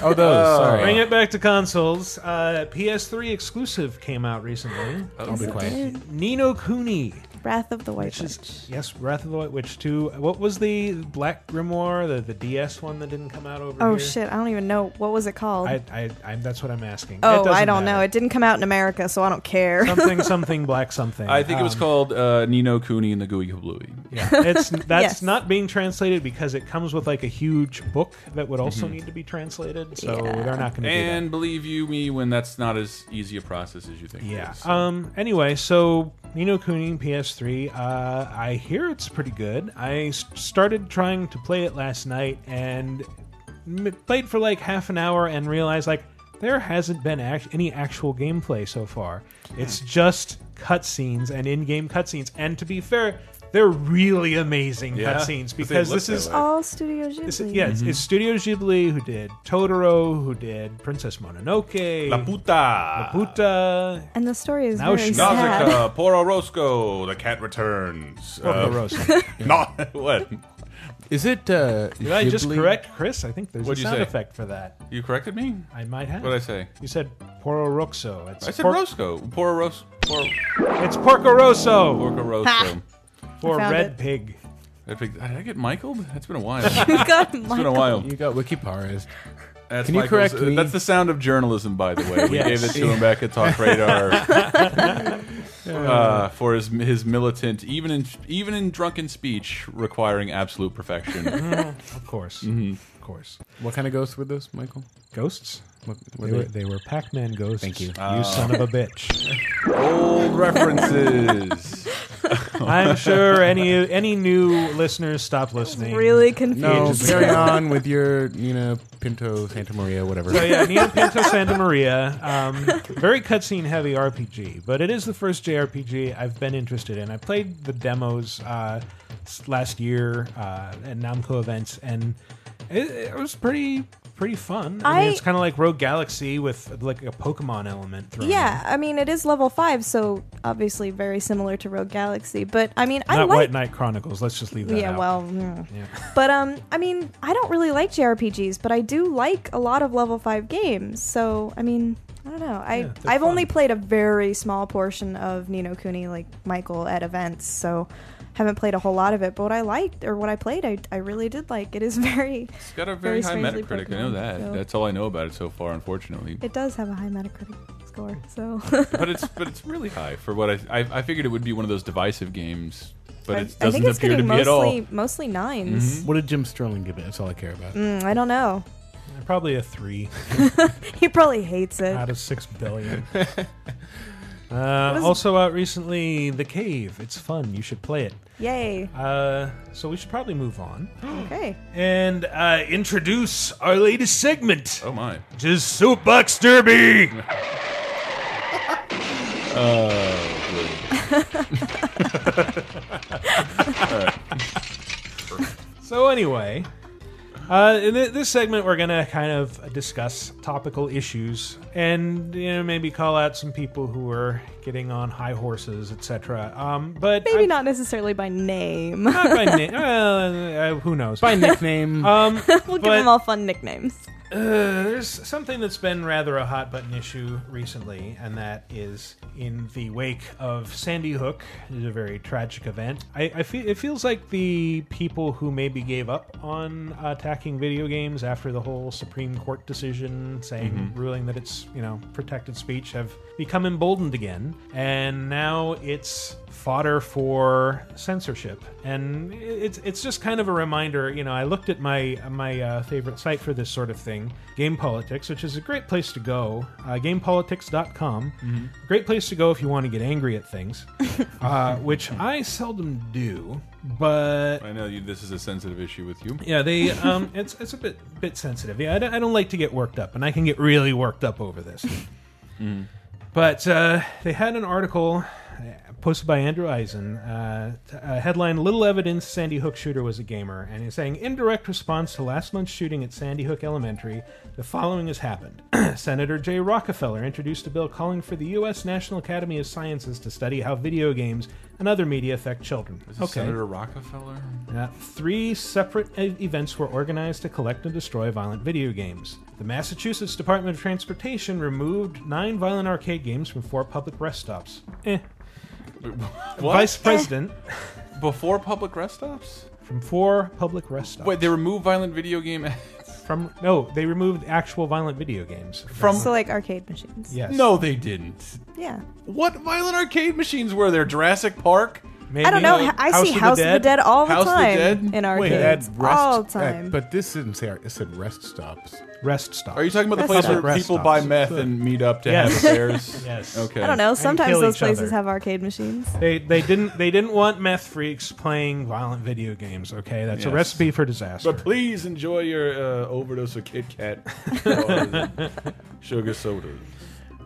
Oh, those. sorry. Bring it back to consoles. Uh, PS3 exclusive came out recently. Oh. I'll be Yes, it quiet. did. Nino Kuni. Wrath of the White Which is, yes, Wrath of the White Witch 2. What was the Black Grimoire, the, the DS one that didn't come out over Oh here? shit! I don't even know what was it called. I, I, I, that's what I'm asking. It oh, doesn't I don't matter. know. It didn't come out in America, so I don't care. something, something, black something. I think it was Um, called uh, Nino Cooney and the Gooey Kablooey. Yeah, it's that's Yes. not being translated because it comes with like a huge book that would also Mhm. need to be translated. So they're not going to do that. And believe you me, when that's not as easy a process as you think. Yeah. Um. Anyway, so Nino Kuni PS3. Uh, I hear it's pretty good. I s- started trying to play it last night and m- played for like half an hour and realized like there hasn't been act- any actual gameplay so far. Hmm. It's just cutscenes and in-game cutscenes. And to be fair, they're really amazing Yeah, cutscenes but they because look this that is way. all Studio Ghibli. This, yeah, it's, it's Studio Ghibli who did Totoro, who did Princess Mononoke, La Puta, La Puta, and the story is Now very she- sad. Nausicaa, Poro Roscoe, the cat returns. Porco Rosso. no, what? Is it? Uh, Did I just Ghibli? correct Chris? I think there's What'd a you sound say? effect for that. You corrected me? I might have. What'd I say? You said Poro Rosso. It's I said por- Roscoe. Poro Ros. Poro. It's Porco Rosso. Porco Ha. Rosso. For I found Red it. Pig. Red Pig. Did I get Michaeled? That's been a while. You got It's been a Michaeled. while. You got Wikiparas. That's Can you Michael's- uh, correct me? That's the sound of journalism, by the way. We Yes. gave it to him back at Talk Radar uh, for his his militant, even in even in drunken speech, requiring absolute perfection. of course. Mm-hmm. Of course. What kind of ghosts were those, Michael? Ghosts? What, They were, they were Pac-Man ghosts. Thank you. You Oh. son of a bitch. Old references. I'm sure any any new listeners stop listening. really confused. No, Ages carry ago. on with your Nina Pinto, Santa Maria, whatever. So yeah, Neo Pinto Santa Maria, um, very cutscene heavy RPG, but it is the first JRPG I've been interested in. I played the demos uh, s- last year uh, at Namco events, and it, it was pretty pretty fun. I, mean, I- it's kind of like Rogue Galaxy with like a Pokemon element. Thrown Yeah, I mean it is level five, so obviously very similar to Rogue Galaxy. But I mean, in. I not like White Knight Chronicles. Let's just leave that. Yeah, out. well, yeah. Yeah. But um, I mean, I don't really like JRPGs, but I do like a lot of level five games. So I mean, I don't know. I Yeah, they're I've only played a very small portion of Nino Kuni, like Michael, at events. So haven't played a whole lot of it. But what I liked or what I played, I, I really did like. It is very. It's got a very, high strangely Metacritic. I know Pokemon, that. so- That's all I know about it so far, unfortunately. It does have a high Metacritic score. So. but it's but it's really high for what I, I I figured it would be one of those divisive games, but I- it I doesn't think it's appear to getting be at all. mostly mostly 9s What did Jim Sterling give it? That's all I care about. Mm, I don't know. Probably a three He probably hates it. out of six billion. What Uh, is- also out recently, The Cave. It's fun. You should play it. Yay. Uh, so we should probably move on okay. and uh, introduce our latest segment. Oh my! Just soapbox derby. So anyway, uh, in thi- this segment, we're gonna kind of discuss topical issues and you know maybe call out some people who are getting on high horses, etc. Um, but Maybe not necessarily by name. not by name. Well, uh, who knows? By nickname. Um, we'll but- give them all fun nicknames. Uh, there's something that's been rather a hot button issue recently, and that is in the wake of Sandy Hook, it is a very tragic event. I, I feel it feels like the people who maybe gave up on attacking video games after the whole Supreme Court decision saying Mhm. ruling that it's you know protected speech have become emboldened again, and now it's fodder for censorship. And i- it's it's just kind of a reminder. You know, I looked at my my uh, favorite site for this sort of thing, Game Politics, which is a great place to go. Uh, GamePolitics.com, Mhm. great place to go if you want to get angry at things, uh, which I seldom do, but I know you, this is a sensitive issue with you. yeah, they um, it's it's a bit bit sensitive. Yeah, I don't, I don't like to get worked up, and I can get really worked up over this. Mm. But uh, they had an article uh, posted by Andrew Eisen, uh, t- uh, headline "Little Evidence Sandy Hook Shooter Was a Gamer," and he's saying, in direct response to last month's shooting at Sandy Hook Elementary, the following has happened: Senator Jay Rockefeller introduced a bill calling for the U.S. National Academy of Sciences to study how video games and other media affect children. Is this Senator Rockefeller? Uh, three separate e- events were organized to collect and destroy violent video games. The Massachusetts Department of Transportation removed nine violent arcade games from four public rest stops. Eh. Eh. Vice President. Before public rest stops? From four public rest stops. Wait, they removed violent video game From no, they removed actual violent video games From- so like arcade machines. Yes. No, they didn't. Yeah. What violent arcade machines were there? Jurassic Park? I don't know. I see House of the Dead all the House of time Dead? in Wait, arcades. that rest- all the that- time. but this didn't say it said rest stops. Rest stops. Are you talking about the place where people buy meth and meet up to Yes. have affairs? Yes. Okay. I don't know. And Sometimes kill those each places other. have arcade machines. They they didn't they didn't want meth freaks playing violent video games. Okay, that's a Yes. recipe for disaster. But please enjoy your uh, overdose of Kit Kat, uh, sugar soda.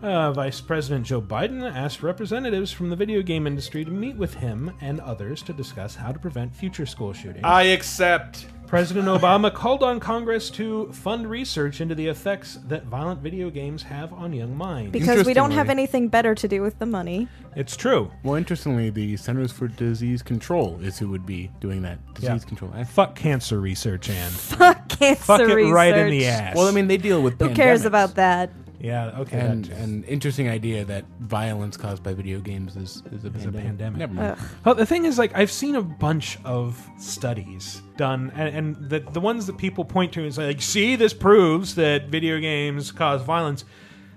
Uh, Vice President Joe Biden asked representatives from the video game industry to meet with him and others to discuss how to prevent future school shootings. I accept. President Obama called on Congress to fund research into the effects that violent video games have on young minds. Because we don't have anything better to do with the money. It's true. Well, interestingly, the Centers for Disease Control is who would be doing that disease Yeah. control. I Fuck cancer research and Fuck cancer Fuck it right in research. the ass. Well, I mean, they deal with Who cares pandemics. about that? Yeah, okay. And that- an interesting idea that violence caused by video games is, is, a, pandemic. pandemic. Uh, Never mind. Well, the thing is, like, I've seen a bunch of studies done, and, and the, the ones that people point to is like, see, this proves that video games cause violence.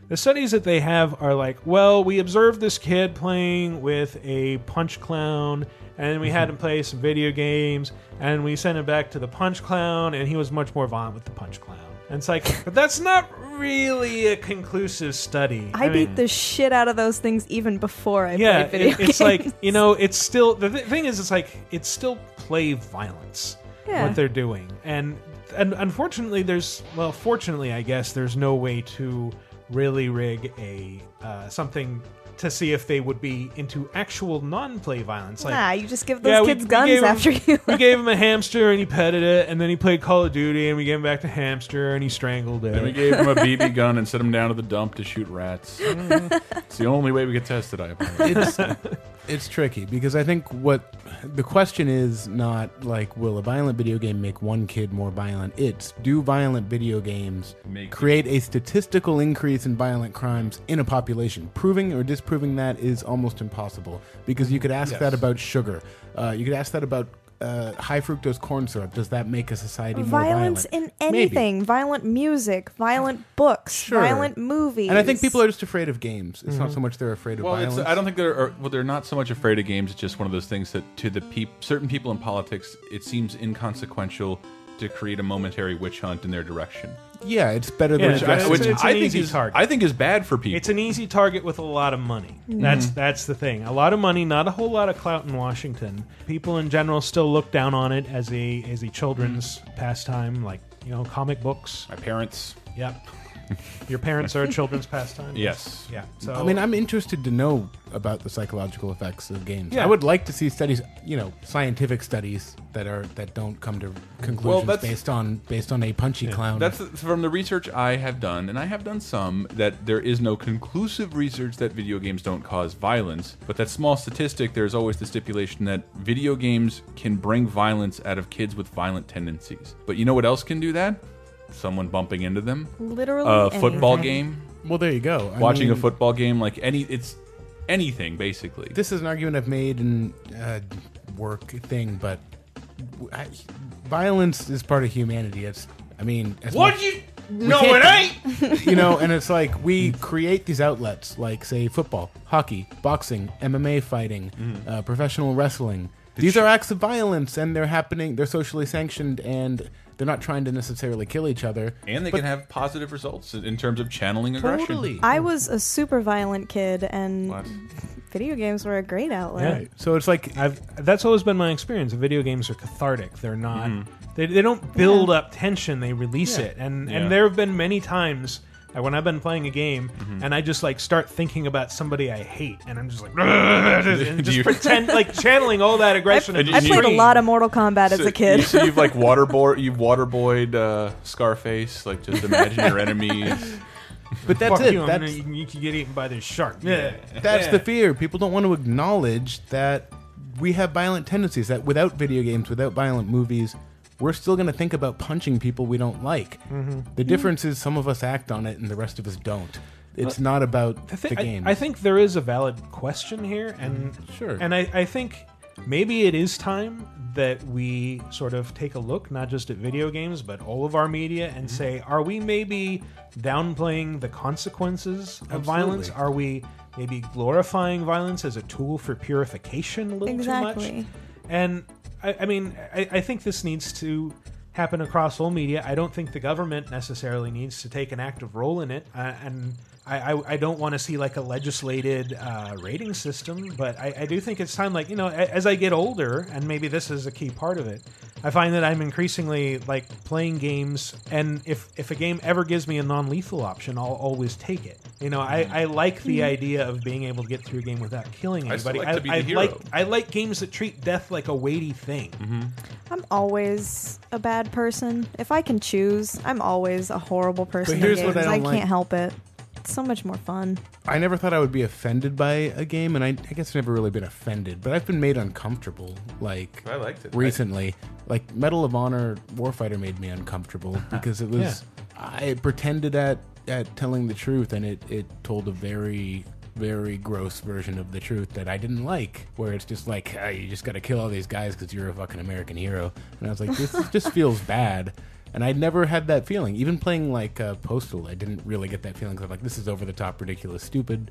The studies that they have are like, well, we observed this kid playing with a punch clown, and we had him play some video games, and we sent him back to the punch clown, and he was much more violent with the punch clown. And it's like, but that's not really a conclusive study. I, mean- beat the shit out of those things even before I yeah, played video it- it's games. like you know, it's still the th- thing is, it's like it's still play violence Yeah. what they're doing, and and unfortunately, there's well, fortunately, I guess there's no way to really rig a uh, something to see if they would be into actual non-play violence. Like, nah, you just give those yeah, we- kids we guns gave him- after you. we gave him a hamster and he petted it, and then he played Call of Duty, and we gave him back to hamster and he strangled it. Then we gave him a BB gun and sent him down to the dump to shoot rats. it's the only way we could test it. I apologize. it's, it's tricky because I think what the question is not like will a violent video game make one kid more violent? It's do violent video games Make- create a statistical increase in violent crimes in a population? Proving or disproving that is almost impossible because you could ask Yes. that about sugar. Uh, you could ask that about uh, high fructose corn syrup. Does that make a society more Violence violent? in Maybe. anything. Violent music, violent books, Sure. violent movies. And I think people are just afraid of games. It's not so much they're afraid of Mm-hmm. well, violence. it's, I don't think they're or, well. They're not so much afraid of games. It's just one of those things that to the peop, certain people in politics, it seems inconsequential to create a momentary witch hunt in their direction. yeah, it's better Yeah, than it's- addressing it's- it. it's an easy is target. I think is bad for people. It's an easy target with a lot of money. Mhm. That's that's the thing. A lot of money, not a whole lot of clout in Washington. People in general still look down on it as a as a children's Mm-hmm. pastime, like you know, comic books. My parents. Yep. Your parents are a children's pastime. Yes. Yeah. So Oh. I mean, I'm interested to know about the psychological effects of games. Yeah. I would like to see studies, you know, scientific studies that are that don't come to conclusions that's- based on based on a punchy clown. That's from the research I have done, and I have done some, that there is no conclusive research that video games don't cause violence. But that small statistic, there's always the stipulation that video games can bring violence out of kids with violent tendencies. But you know what else can do that? Someone bumping into them. Literally A football anything. game. Well, there you go. I Watching a mean- football game, like any, it's anything basically. this is an argument I've made in uh, work thing, but w I violence is part of humanity. It's, I mean, as What much- you- we No, can't- it ain't! you know, and it's like we create these outlets, like say football, hockey, boxing, MMA fighting, Mm. uh, professional wrestling. these are acts of violence, and they're happening. They're socially sanctioned, and they're not trying to necessarily kill each other. and they but can have positive results in in terms of channeling aggression. I was a super violent kid, and What? video games were a great outlet. So it's like I've that's always been my experience. Video games are cathartic. They're not. They, they don't build Yeah. up tension. They release Yeah. it. And Yeah. and there have been many times. uh, When I've been playing a game and I just like start thinking about somebody I hate, and I'm just like, and Do just you- pretend like channeling all that aggression. And at you- the I played a screen. lot of Mortal Kombat as So a kid. You, so you've like waterboard, you've waterboyed uh, Scarface. Like just imagine your enemies. But that's Fuck it, You, I'm that's- gonna- you could get eaten by this shark. Yeah, That's Yeah. the fear. People don't want to acknowledge that we have violent tendencies. That without video games, without violent movies, we're still going to think about punching people we don't like. Mhm. The Mhm. difference is some of us act on it and the rest of us don't. It's Uh, not about I thi- the I- game. I, think there is a valid question here, and Sure. and I, I think maybe it is time that we sort of take a look not just at video games but all of our media and Mm-hmm. say, are we maybe downplaying the consequences of violence? Absolutely. Are we maybe glorifying violence as a tool for purification a little too much? Exactly. Mm-hmm. And I, I mean, I, I think this needs to happen across all media. I don't think the government necessarily needs to take an active role in it. Uh, and I, I, I don't want to see like a legislated uh, rating system, but I, I do think it's time, like, you know, a- as I get older, and maybe this is a key part of it, I find that I'm increasingly like playing games. And if, if a game ever gives me a non lethal option, I'll always take it. You know, I, Mm-hmm. I like the Mhm. idea of being able to get through a game without killing I still anybody. like to be the I hero. like I like games that treat death like a weighty thing. I'm always a bad person. If I can choose, I'm always a horrible person. in here's what games. I don't can't like. help it. It's so much more fun. I never thought I would be offended by a game, and I, I guess I've never really been offended, but I've been made uncomfortable. Like I liked it. recently. like Medal of Honor Warfighter made me uncomfortable because it was I pretended at at telling the truth, and it it told a very very gross version of the truth that I didn't like, where it's just like "Ah, you just got to kill all these guys because you're a fucking American hero, and I was like this just feels bad. And I never had that feeling. Even playing like uh, Postal, I didn't really get that feeling. 'cause I'm like, this is over the top, ridiculous, stupid.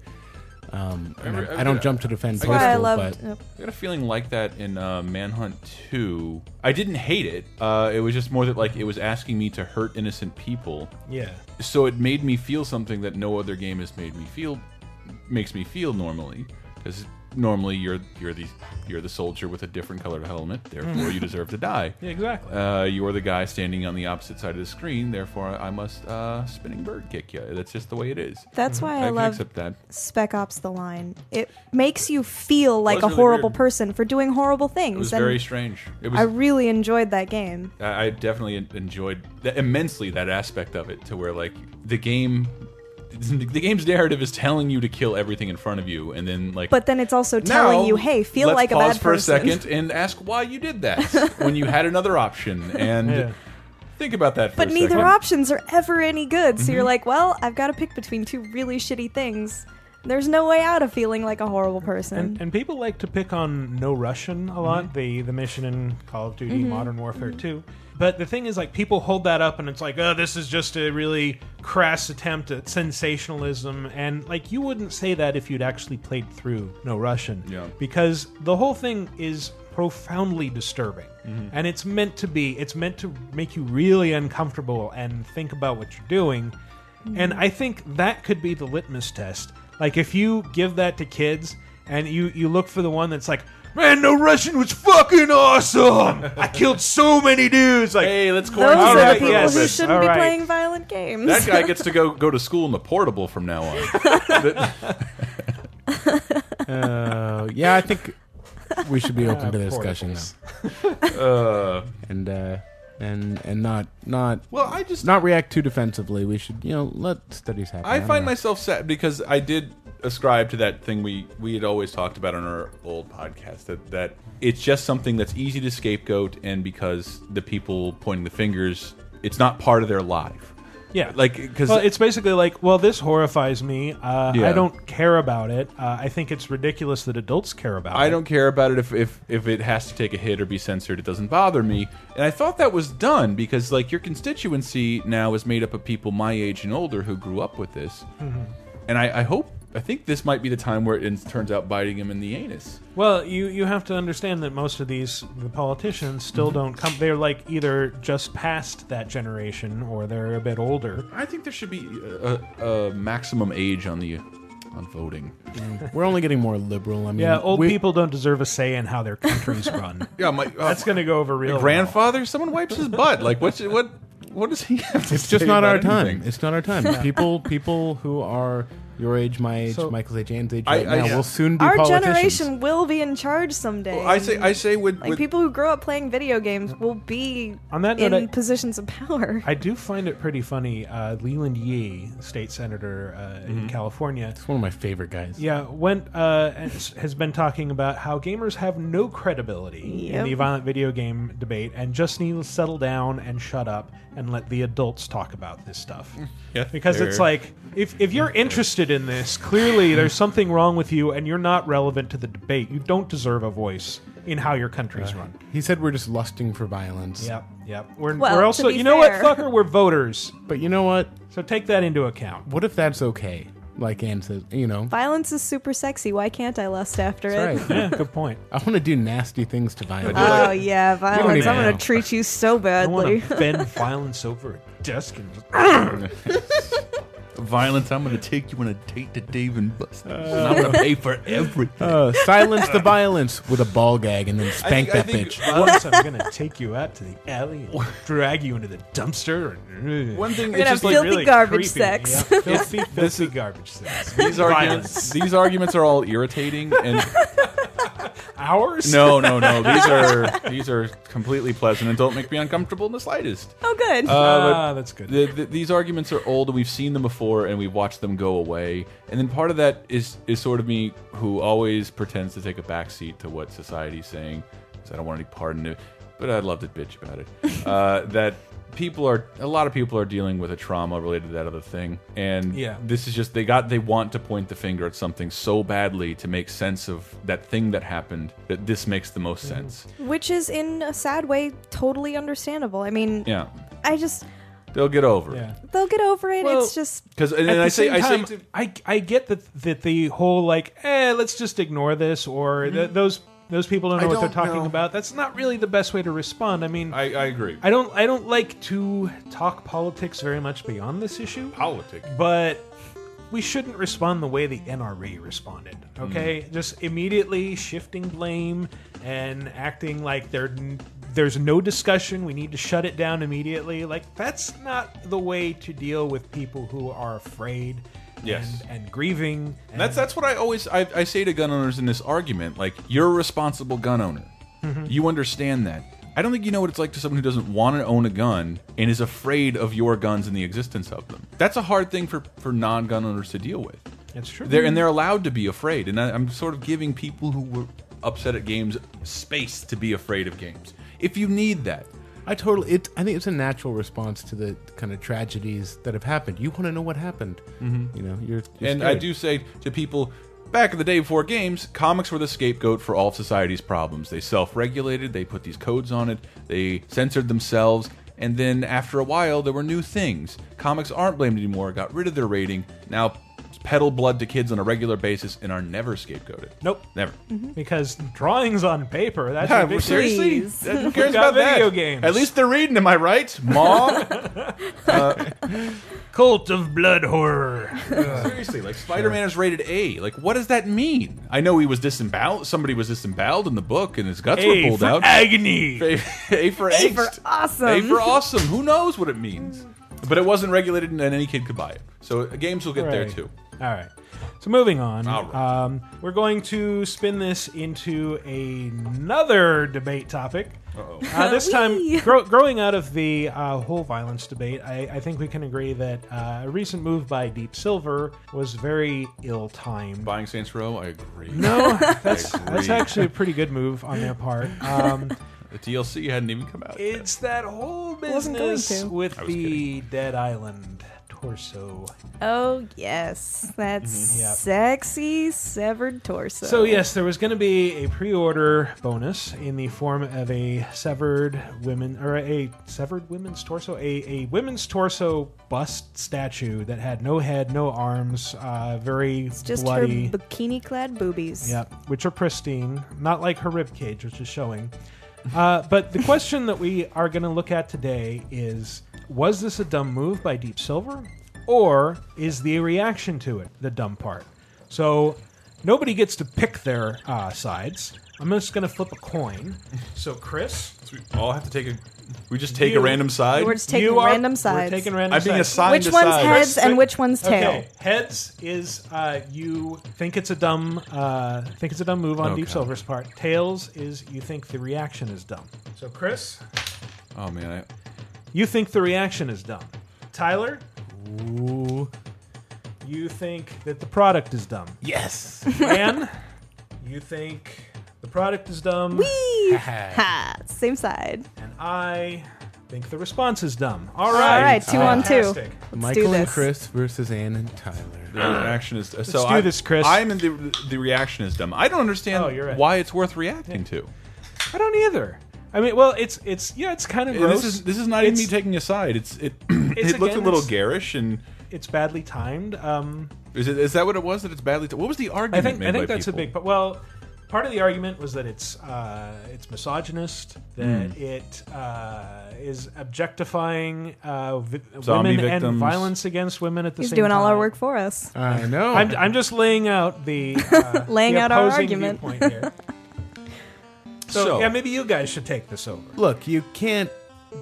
Um, and remember- I, I don't got- jump to defend uh, I Postal, got- but I got a feeling like that in uh, Manhunt 2. I didn't hate it. Uh, it was just more that like it was asking me to hurt innocent people. Yeah. So it made me feel something that no other game has made me feel makes me feel normally because normally you're you're the you're the soldier with a different colored helmet, therefore Hmm. Mm. you deserve to die. Yeah, exactly. Uh, you're the guy standing on the opposite side of the screen, therefore I must uh, spinning bird kick you. That's just the way it is. That's why I, can love accept that. Spec Ops: The Line. It makes you feel like was a really horrible weird. person for doing horrible things. It was and very strange. It was I really enjoyed that game. I I definitely en- enjoyed that immensely that aspect of it, to where like the game, the game's narrative is telling you to kill everything in front of you, and then like, But then it's also telling "Now, you, "Hey, feel let's like a pause for bad person." a second and ask why you did that when you had another option, and Yeah. think about that. For But a neither second. options are ever any good. So you're Mhm. like, well, I've got to pick between two really shitty things. There's no way out of feeling like a horrible person. And, and people like to pick on No Russian a lot, the the mission in Call of Duty Mhm. Modern Warfare 2. But the thing is, like, people hold that up and it's like, oh, this is just a really crass attempt at sensationalism. And, like, you wouldn't say that if you'd actually played through No Russian. Yeah. Because the whole thing is profoundly disturbing. Mhm. And it's meant to be, it's meant to make you really uncomfortable and think about what you're doing. And Mhm. I think that could be the litmus test. Like if you give that to kids and you you look for the one that's like, man, no Russian was fucking awesome. I killed so many dudes. Like, hey, let's Those are the people who shouldn't be playing violent games. That guy gets to go go to school in the portable from now on. uh, yeah, I think we should be Uh, open to the Ah, discussion portables. Uh, and uh, and and not not Well, I just- not react too defensively. We should you know let studies happen. I don't find know. myself sad because I did ascribe to that thing we we had always talked about on our old podcast that that it's just something that's easy to scapegoat and because the people pointing the fingers it's not part of their life. Yeah, Like because well, it's basically like, well, this horrifies me. Uh, Yeah. I don't care about it. Uh, I think it's ridiculous that adults care about it. I don't care about it if, if if it has to take a hit or be censored. It doesn't bother me. And I thought that was done because like your constituency now is made up of people my age and older who grew up with this. Mhm. And I, I hope I think this might be the time where it in- turns out biting him in the anus. Well, you you have to understand that most of these the politicians still don't come. They're like either just past that generation or they're a bit older. I think there should be a, a maximum age on the on voting. We're only getting more liberal. I mean, yeah, old Mm-hmm. we- people don't deserve a say in how their countries run. Yeah, my that's going to go over real. Your grandfather, someone wipes his butt. Like what's what what does he have to It's just say not about our time. anything? It's not our time. Yeah. People people who are your age, my age, So- Michael's age, Anne's age, I- right I- now yeah. will soon be Our politicians. generation will be in charge someday. Well, I say- I say with- like with- people who grow up playing video games will be On that in note, I- positions of power. I do find it pretty funny. Uh, Leland Yee, state senator uh, in California, It's one of my favorite guys. yeah, went uh, and s- has been talking about how gamers have no credibility in Yep. the violent video game debate and just need to settle down and shut up and let the adults talk about this stuff. Yeah, because it's fair. like if if you're interested in this, clearly there's something wrong with you and you're not relevant to the debate. You don't deserve a voice in how your Uh. country's run. He said we're just lusting for violence. Yep, yep. We're, Well, we're to also, be you know what, fair- fucker, we're voters. But you know what? So take that into account. What if that's okay? Like Anne says, you know. Violence is super sexy. Why can't I lust after That's it? right. good point. I want to do nasty things to violence. oh yeah, violence! even I'm gonna know. treat you so badly. violence over a desk and Violence, I'm going to take you on a date to Dave and Buster's. and Uh. I'm going to pay for everything. Uh, silence the violence with a ball gag and then spank I that think bitch. Once I'm gonna take you out to the alley and drag you into the dumpster. And, mm. One thing- We're We're gonna gonna have have filthy garbage sex. Yeah, filthy, This filthy is- garbage sex. These arguments, these arguments are all irritating and Ours? No, no, no. These are these are completely pleasant and don't make me uncomfortable in the slightest. Uh, Oh, good. Uh, but Ah, that's good. The, the, these arguments are old, and we've seen them before, and we've watched them go away. And then part of that is is sort of me who always pretends to take a backseat to what society's saying, because I don't want to be pardoned it, but I'd love to bitch about it. uh, that people are a lot of people are dealing with a trauma related to that other thing, and Yeah. this is just they got they want to point the finger at something so badly to make sense of that thing that happened that this makes the Mm-hmm. most sense. Which is in a sad way totally understandable. I mean, Yeah, I just they'll get over it. they'll get over it. Well, it's just Because and, At and the I say same I say time, to- I I get that that the whole like eh let's just ignore this or th- those those people don't know Mm-hmm. I what don't they're talking know. about. That's not really the best way to respond. I mean, I, I agree. I don't I don't like to talk politics very much beyond this issue. Politics. But we shouldn't respond the way the NRA responded. Okay? Mm. Just immediately shifting blame and acting like there there's no discussion, we need to shut it down immediately. Like that's not the way to deal with people who are afraid Yes. and, and grieving. And that's that's what I always I, I say to gun owners in this argument. Like you're a responsible gun owner. Mhm. You understand that. I don't think you know what it's like to someone who doesn't want to own a gun and is afraid of your guns and the existence of them. That's a hard thing for for non gun owners to deal with. That's true. They're and they're allowed to be afraid. And I, I'm sort of giving people who were upset at games space to be afraid of games. If you need that, I totally. It. I think it's a natural response to the kind of tragedies that have happened. You want to know what happened. Mhm. You know. You're. you're and I scared. do say to people, back in the day before games, comics were the scapegoat for all of society's problems. They self-regulated, they put these codes on it, they censored themselves, and then after a while, there were new things. Comics aren't blamed anymore. Got rid of their rating. Now peddle blood to kids on a regular basis and are never scapegoated. Nope. Never. because drawings on paper, that's Yeah, ridiculous. seriously, who We've cares got about video that? games. At least they're reading. Am I right, Mom? Uh, Cult of Blood Horror. Seriously, like Spider Man is rated A. Like, what does that mean? I know he was disemboweled. Somebody was disemboweled in the book, and his guts A were pulled for out. agony. A, A for A angst. for awesome. A for awesome. Who knows what it means? But it wasn't regulated, and any kid could buy it. So uh, games will get there Right. too. All right. So moving on, um, we're going to spin this into another debate topic. Uh-oh. Uh, this time, grow, growing out of the uh, whole violence debate, I, I think we can agree that uh, a recent move by Deep Silver was very ill-timed. Buying Saints Row, I agree. No, I that's that's agree. actually a pretty good move on their part. Um, the DLC hadn't even come out. it's that whole Wasn't going business to. with I the was Dead Island torso. oh yes, that's Mm-hmm. Mhm. Yep. sexy severed torso. So yes, there was going to be a pre-order bonus in the form of a severed women or a severed women's torso, a, a women's torso bust statue that had no head, no arms, uh, very It's just bloody. her bikini-clad boobies. Yep, which are pristine, not like her rib cage, which is showing. Uh, but the question that we are going to look at today is: Was this a dumb move by Deep Silver, or is the reaction to it the dumb part? So, Nobody gets to pick their uh, sides. I'm just going to flip a coin. So, Chris, all have to take a. We just take You- a random side. We're just taking You are- random we're sides. taking random I'm being sides. assigned Which a one's side. heads and which one's tail? Okay, heads is uh, you think it's a dumb uh, think it's a dumb move on Deep Okay. Silver's part. Tails is you think the reaction is dumb. So Chris, Oh man, you think the reaction is dumb. Tyler, you think that the product is dumb. Yes. Man, you think the product is dumb. Whee! ha! Same side. And I think the response is dumb. All All right. right, two on two. Fantastic. Let's Michael do and this. Chris versus Anne and Tyler. The reaction is. uh, Let's so do I, this, Chris. I'm in the the reaction is dumb. I don't understand Oh, you're right. why it's worth reacting to. I don't either. I mean, well, it's it's yeah, it's kind of And gross. This is this is not It's- even me taking a side. It's it. It's it looked a again, little it's- garish, and It's badly timed. Um, is it is that what it was that it's badly? T what was the I argument? think made I think by that's a people? big part. Well, part of the argument was that it's uh, it's misogynist, that Hmm. it uh, is objectifying uh, vi- Zombie women and victims. violence against women at the He's same doing time. all our work for us. I know. I'm, I'm just laying out the uh, Laying the out our opposing argument. viewpoint here. So, So- yeah, maybe you guys should take this over. Look, you can't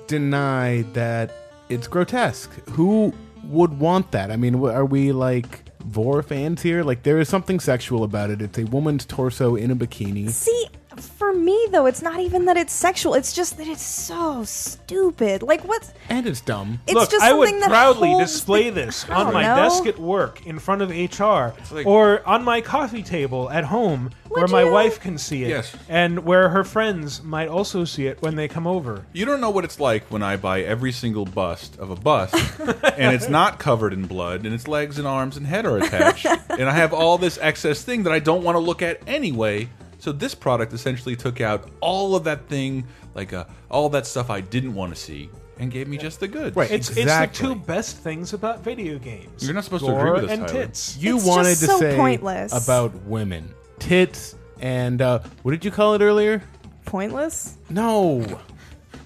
deny that it's grotesque. Who would want that? I mean, wh- are we like vor fans here? Like, there is something sexual about it. It's a woman's torso in a bikini. See, for me though, it's not even that it's sexual. It's just that it's so stupid. Like what's And it's dumb. It's Look, just I would something that proudly holds display the- this I on don't my know. desk at work, in front of HR, like- or on my coffee table at home, where Would my you? wife can see it, Yes. and where her friends might also see it when they come over. You don't know what it's like when I buy every single bust of a bust, and it's not covered in blood, and its legs and arms and head are attached, and I have all this excess thing that I don't want to look at anyway. So this product essentially took out all of that thing, like uh, all that stuff I didn't want to see, and gave me just the goods. Right, It's exactly. it's the two best things about video games. You're not supposed to gore agree with us, and Tyler. tits. You It's wanted just to so say pointless. about women, tits, and uh, what did you call it earlier? Pointless? No,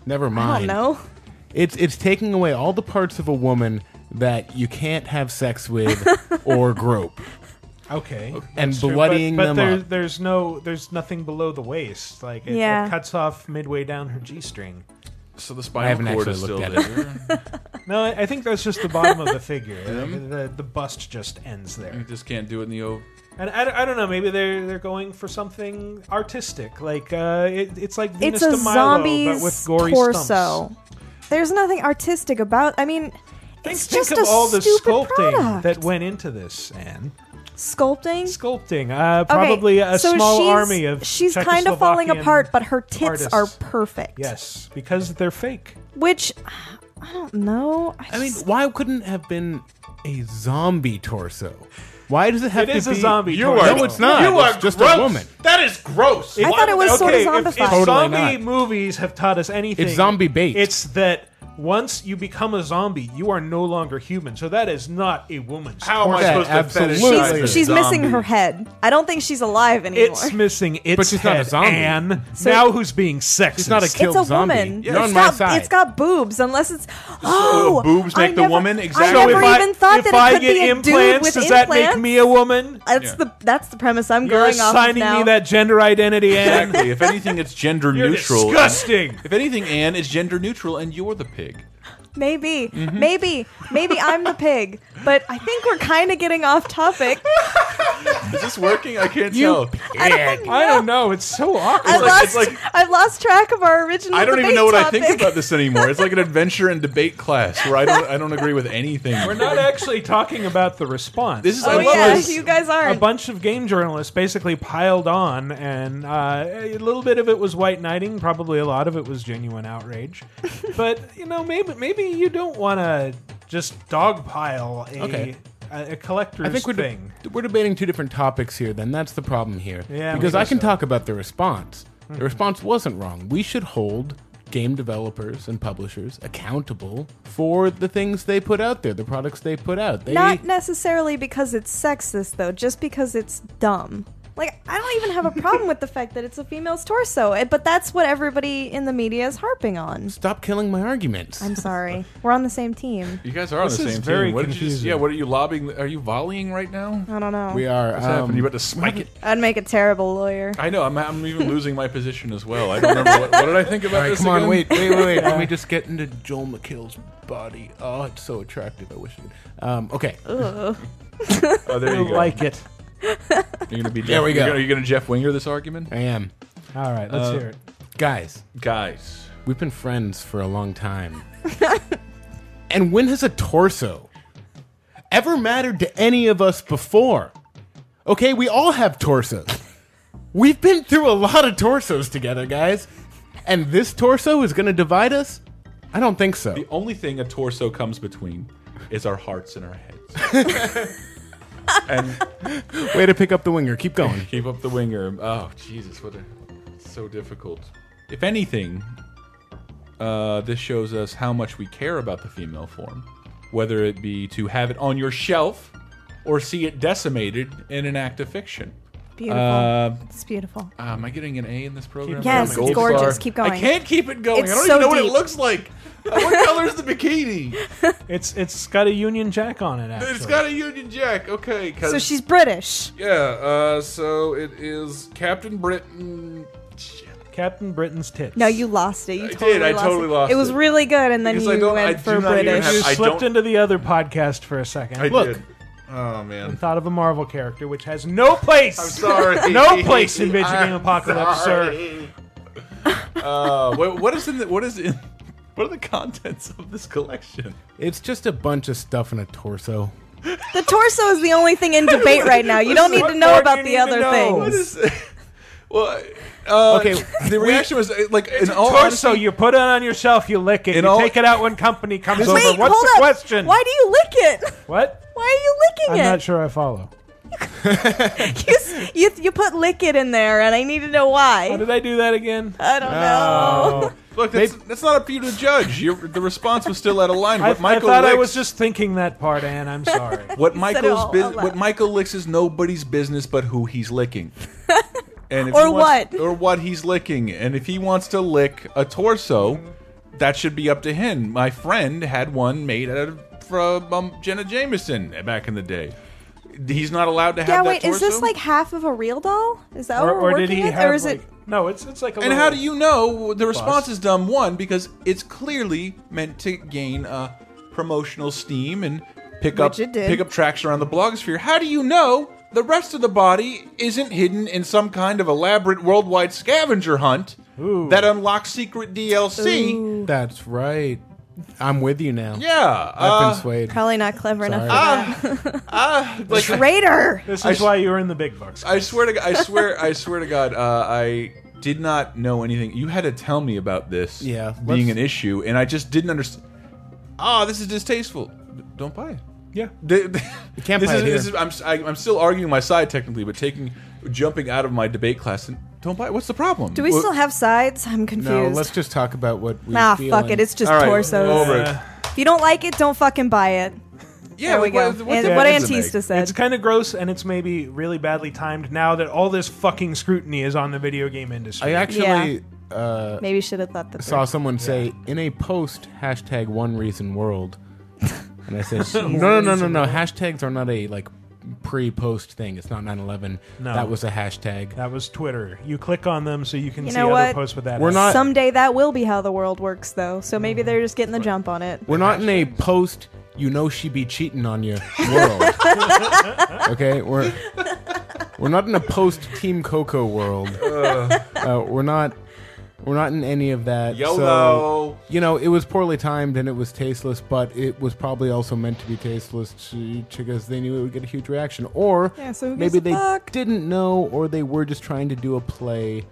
never mind. I don't know. It's it's taking away all the parts of a woman that you can't have sex with or grope. Okay, Oh, And that's true, bloodying but, but them there- up. there's no, there's nothing below the waist. Like it, it Yeah. cuts off midway down her g-string. So the I spinal haven't cord actually is still looked at there. No, I I think that's just the bottom of the figure. Um. the, the bust just ends there. You just can't do it in the old. And I, don't- I don't know. Maybe they're they're going for something artistic, like uh, it, it's like Venus it's a de Milo, zombie's but with gory torso. stumps. There's nothing artistic about. I mean, Think, it's think just of a all the stupid sculpting product. that went into this, Anne. sculpting. Sculpting, uh, probably okay, a so small she's, army of. She's kind of falling Czechoslovakian apart, but her tits artists. are perfect. Yes, because they're fake. Which I don't know. I, I mean, just- why couldn't it have been a zombie torso? Why does it have It to is a be zombie You torso. are no, it's not. You it's are just gross. a woman. That is gross. I thought it was sort of okay, if, if zombified. Totally zombie not. movies have taught us anything, It's zombie bait. It's that once you become a zombie, you are no longer human. So that is not a woman's. How am I Yeah, supposed to absolutely. fetishize she's, this she's missing zombie? her head. I don't think she's alive anymore. It's missing its But she's not a head, zombie. Anne. now who's being sexist? She's not a It's killed a zombie. woman. You're it's on my got, side. It's got boobs, unless it's. Oh, boobs I make the never- woman? I Exactly. So never if I, even thought if that I it could get be a dude implants, with does implants. that make me a woman? That's Yeah. the that's the premise I'm You're going off of assigning now. me that gender identity, Anne. Exactly. if anything, it's gender You're neutral. disgusting. If anything, Anne is gender neutral, and you're the pig. Maybe, maybe, maybe I'm the pig, but I think we're kind of getting off topic. Is this working? I can't You tell. pig. I don't know. It's so awkward. I've like- lost, it's like- I've lost track of our original. I don't even debate know what I topic. think about this anymore. It's like an adventure and debate class where I don't I don't agree with anything. We're not actually talking about the response. This is- Oh I love yeah, this. you guys a aren't. bunch of game journalists basically piled on, and uh, a little bit of it was white knighting. Probably a lot of it was genuine outrage. but you know, maybe maybe you don't want to just dogpile a Okay. a, a collector's I think we're, de- thing. we're debating two different topics here, then. That's the problem here. Yeah, because I I think can talk about the response. Mm-hmm. The response wasn't wrong. We should hold game developers and publishers accountable for the things they put out there, the products they put out. They, Not necessarily because it's sexist, though, just because it's dumb. Like, I don't even have a problem with the fact that it's a female's torso, eh, but that's what everybody in the media is harping on. Stop killing my arguments. I'm sorry. We're on the same team. You guys are on This the is same very team. What did you just, confusing. yeah, what are you lobbing? Are you volleying right now? I don't know. We are. Um, Uh, What's happening? You about to spike it? I'd make a terrible lawyer. I know. I'm, I'm even losing my position as well. I don't remember. What, what did I think about All right, this come on, again? wait, wait, wait, wait. Let me just get into Joel McHale's body. Oh, it's so attractive. I wish I could. Um, okay. Ugh. Oh, there you go. like it. You're gonna be. Jeff, There we You're go. gonna, you're gonna Jeff Winger this argument? I am. All right, Uh, let's hear it. Guys. Guys. We've been friends for a long time. and when has a torso ever mattered to any of us before? Okay, we all have torsos. We've been through a lot of torsos together, guys. And this torso is going to divide us? I don't think so. The only thing a torso comes between is our hearts and our heads. and Way to pick up the winger. Keep going. Keep up the winger. Oh Jesus, what a it's so difficult. If anything, uh, this shows us how much we care about the female form, whether it be to have it on your shelf or see it decimated in an act of fiction. Beautiful. Uh, it's beautiful. uh, am I getting an A in this program? Keep Yes, going. it's Gold gorgeous. star. Keep going. I can't keep it going. It's I don't so even know what deep. it looks like. Uh, what color is the bikini? It's it's got a Union Jack on it. Actually. It's got a Union Jack. Okay. 'cause- So she's British. Yeah. Uh, so it is Captain Britain. Captain Britain's tits. No, you lost it. You did. totally I lost totally it. lost It was it. really good, and then Because you I don't- I went do for not even British. have- you I slipped don't- into the other podcast for a second. I Look, did. Oh man. and thought of a Marvel character which has no place. I'm sorry. no place in video I'm game apocalypse, sir. sorry. Uh, what, what is in the, what is in what are the contents of this collection? It's just a bunch of stuff in a torso. The torso is the only thing in debate right now. You don't need to know more do about you the need to other know? What things. is- well, uh, Okay, The reaction was uh, like in all torso, honesty- you put it on yourself, you lick it, In you all- take it out when company comes This- over. Wait, What's hold the up. question? Why do you lick it? What? Why are you I'm licking not it? sure I follow. You s- you, you put lick it in there, and I need to know why. How did I do that again? I don't know. Look, that's, that's not up to you to judge. Your, the response was still out of line. I, What Michael I thought I Licks- was just thinking that part, Anne. I'm sorry. What it Michael's all bus out loud. what Michael licks is nobody's business but who he's licking. And if Or he wants- what. or what he's licking. And if he wants to lick a torso, that should be up to him. My friend had one made out of from um, Jenna Jameson back in the day. He's not allowed to have Yeah, that wait, torso. is this like half of a real doll? Is that Or, what Oh, we're or working did he with? have? or is like, it No, it's it's like a. and little, how do you know the response Bust. is dumb one because it's clearly meant to gain uh, promotional steam and pick up Which it did. pick up traction around the blogosphere. How do you know the rest of the body isn't hidden in some kind of elaborate worldwide scavenger hunt that unlocks secret DLC? That's right. I'm with you now. Yeah, I've uh, been swayed. probably not clever enough? For that. like- Traitor. This I is s- why you're in the big bucks. I swear to God, I swear I swear to God, uh, I did not know anything. You had to tell me about this Yeah, being let's- an issue, and I just didn't understand. Ah, this is distasteful. D- Don't buy it. Yeah. D- d- can't this buy is, it this here. is- I'm, s- I, am i am still arguing my side technically, but taking jumping out of my debate class and don't buy it. What's the problem? Do we Well- still have sides? I'm confused. No, let's just talk about what we Nah, feel fuck and- it. It's just All right, torsos. over it. If you don't like it, don't fucking buy it. Yeah, there we what- go. what And difference what does it Antista make? said. It's kind of gross, and it's maybe really badly timed now that all this fucking scrutiny is on the video game industry. I actually uh, Maybe should have thought that. saw someone say in a post hashtag one reason world, and I said no, One no, no, no, reason no. world. Hashtags are not a like pre-post thing. It's not 9/11. No. That was a hashtag. that was Twitter. You click on them so you can You see know other what? posts with that. We're in it. not- Someday that will be how the world works, though. So maybe they're just getting the jump on it. We're not in a post. You know she be cheating on you world. okay, we're we're not in a post Team Coco world. Uh, we're not. We're not in any of that. YOLO. So, you know, it was poorly timed and it was tasteless, but it was probably also meant to be tasteless to, because they knew it would get a huge reaction. Or Yeah, so who gives maybe a they fuck? didn't know, or they were just trying to do a play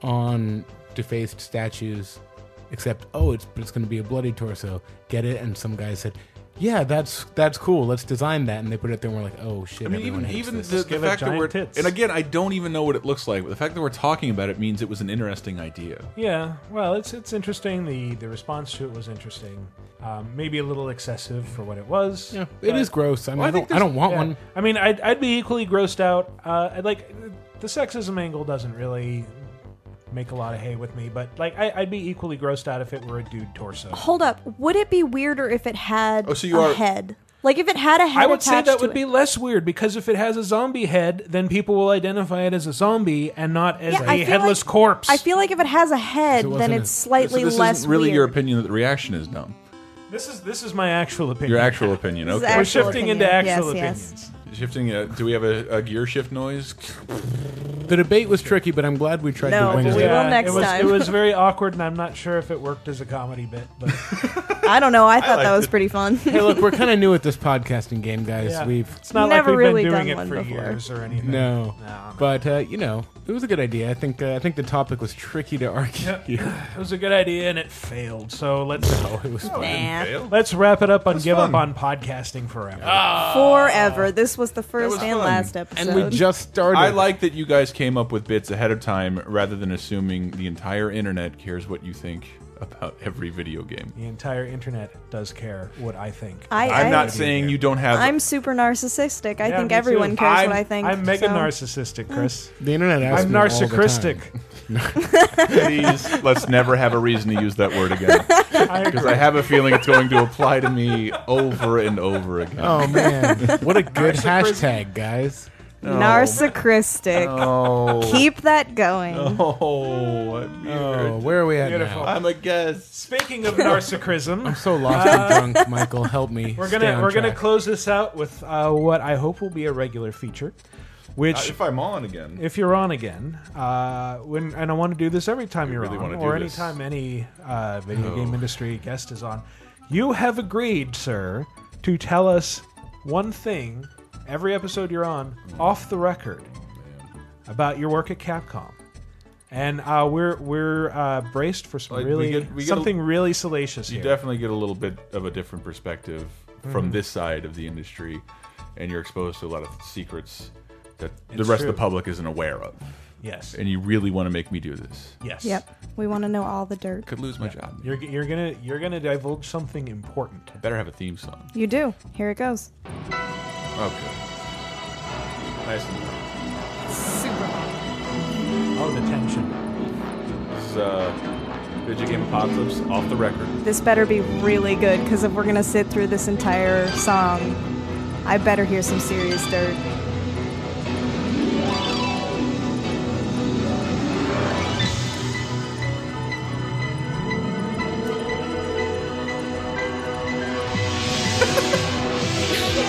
on defaced statues. Except, oh, it's it's going to be a bloody torso. Get it? And some guy said, yeah, that's that's cool. Let's design that, and they put it there. and We're like, oh shit! I mean, everyone even hates even this. the, Let's the give it fact that giant we're tits. and again, I don't even know what it looks like, but the fact that we're talking about it means it was an interesting idea. Yeah, well, it's it's interesting. the The response to it was interesting. Um, maybe a little excessive for what it was. Yeah, it is gross. I mean, I don't- I don't want one. I mean, I'd, I'd be equally grossed out. Uh, I'd like the sexism angle doesn't really make a lot of hay with me, but like I, I'd be equally grossed out if it were a dude torso. Hold up. Would it be weirder if it had Oh, so you a are- head? Like if it had a head I would say attached that to would it. be less weird because if it has a zombie head, then people will identify it as a zombie and not as Yeah, I a feel headless like- corpse. I feel like if it has a head, So it then wasn't it's a- slightly so this less isn't really weird. your opinion that the reaction is dumb. This is this is my actual opinion. Your actual opinion. This is Okay, We're actual shifting into opinion. actual Yes, yes. Shifting. Uh, do we have a, a gear shift noise? The debate was tricky, but I'm glad we tried No, to win but it. we will next it was, time. It was very awkward, and I'm not sure if it worked as a comedy bit. But I don't know. I thought liked that was it. pretty fun. hey, look, we're kind of new at this podcasting game, guys. Yeah. We've It's not like Never we've been really doing done it one for before. years or anything. No, No. but uh, you know, it was a good idea. I think uh, I think the topic was tricky to argue. it was a good idea, and it failed. So let's it was No, fun. didn't fail. let's wrap it up on give up on podcasting forever. Ah. Forever. This was the first and last episode. started. I like that you guys came up with bits ahead of time rather than assuming the entire internet cares what you think about every video game. The entire internet does care what I think. I- I'm I- not saying you don't have. I'm super narcissistic. I Yeah, think me too. everyone cares I'm- what I think. I'm mega so. Mm. narcissistic, Chris. The internet asks I'm me all the narcissistic. Please, let's never have a reason to use that word again. I Because I have a feeling it's going to apply to me over and over again. Oh man, what a good Narcissism. hashtag, guys. No. Narcissistic. Oh. No. Keep that going. Oh, I'm weird. Oh, where are we at Beautiful. now? I'm a guest. Speaking of narcissism, I'm so lost Uh, and drunk. Michael, help me. We're stay gonna on we're gonna track. close this out with uh, what I hope will be a regular feature, which Uh, if I'm on again. if you're on again, uh, when and I want to do this every time you're really on, wanna do or this. anytime any uh, video Oh. game industry guest is on, you have agreed, sir, to tell us one thing every episode you're on, off the record, about your work at Capcom. And uh, we're we're uh, braced for some Like, we really get- we get a- something really salacious You here. definitely get a little bit of a different perspective from Mhm. this side of the industry, and you're exposed to a lot of secrets that the It's rest of true. the public isn't aware of. Yes. And you really want to make me do this. yes. Yep. We want to know all the dirt. Could lose my job. You're you're gonna you're gonna divulge something important. Better have a theme song. You do. Here it goes. Okay. Nice. Oh, the tension. This is uh, Video Game Apocalypse off the record. This better be really good because if we're gonna sit through this entire song, I better hear some serious dirt.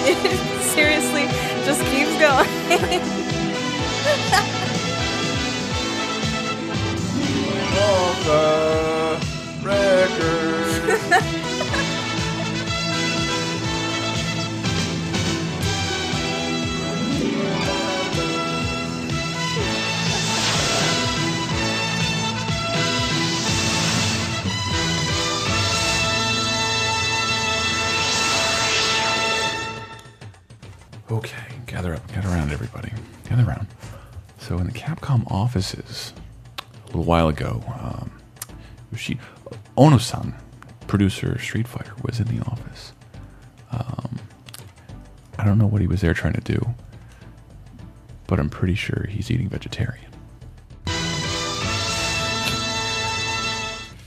It Seriously, just keeps going. Off the record. Okay, gather up, gather around, everybody. Gather around. So, in the Capcom offices, a little while ago, um, Yoshi Ono san, producer of Street Fighter, was in the office. Um, I don't know what he was there trying to do, but I'm pretty sure he's eating vegetarian.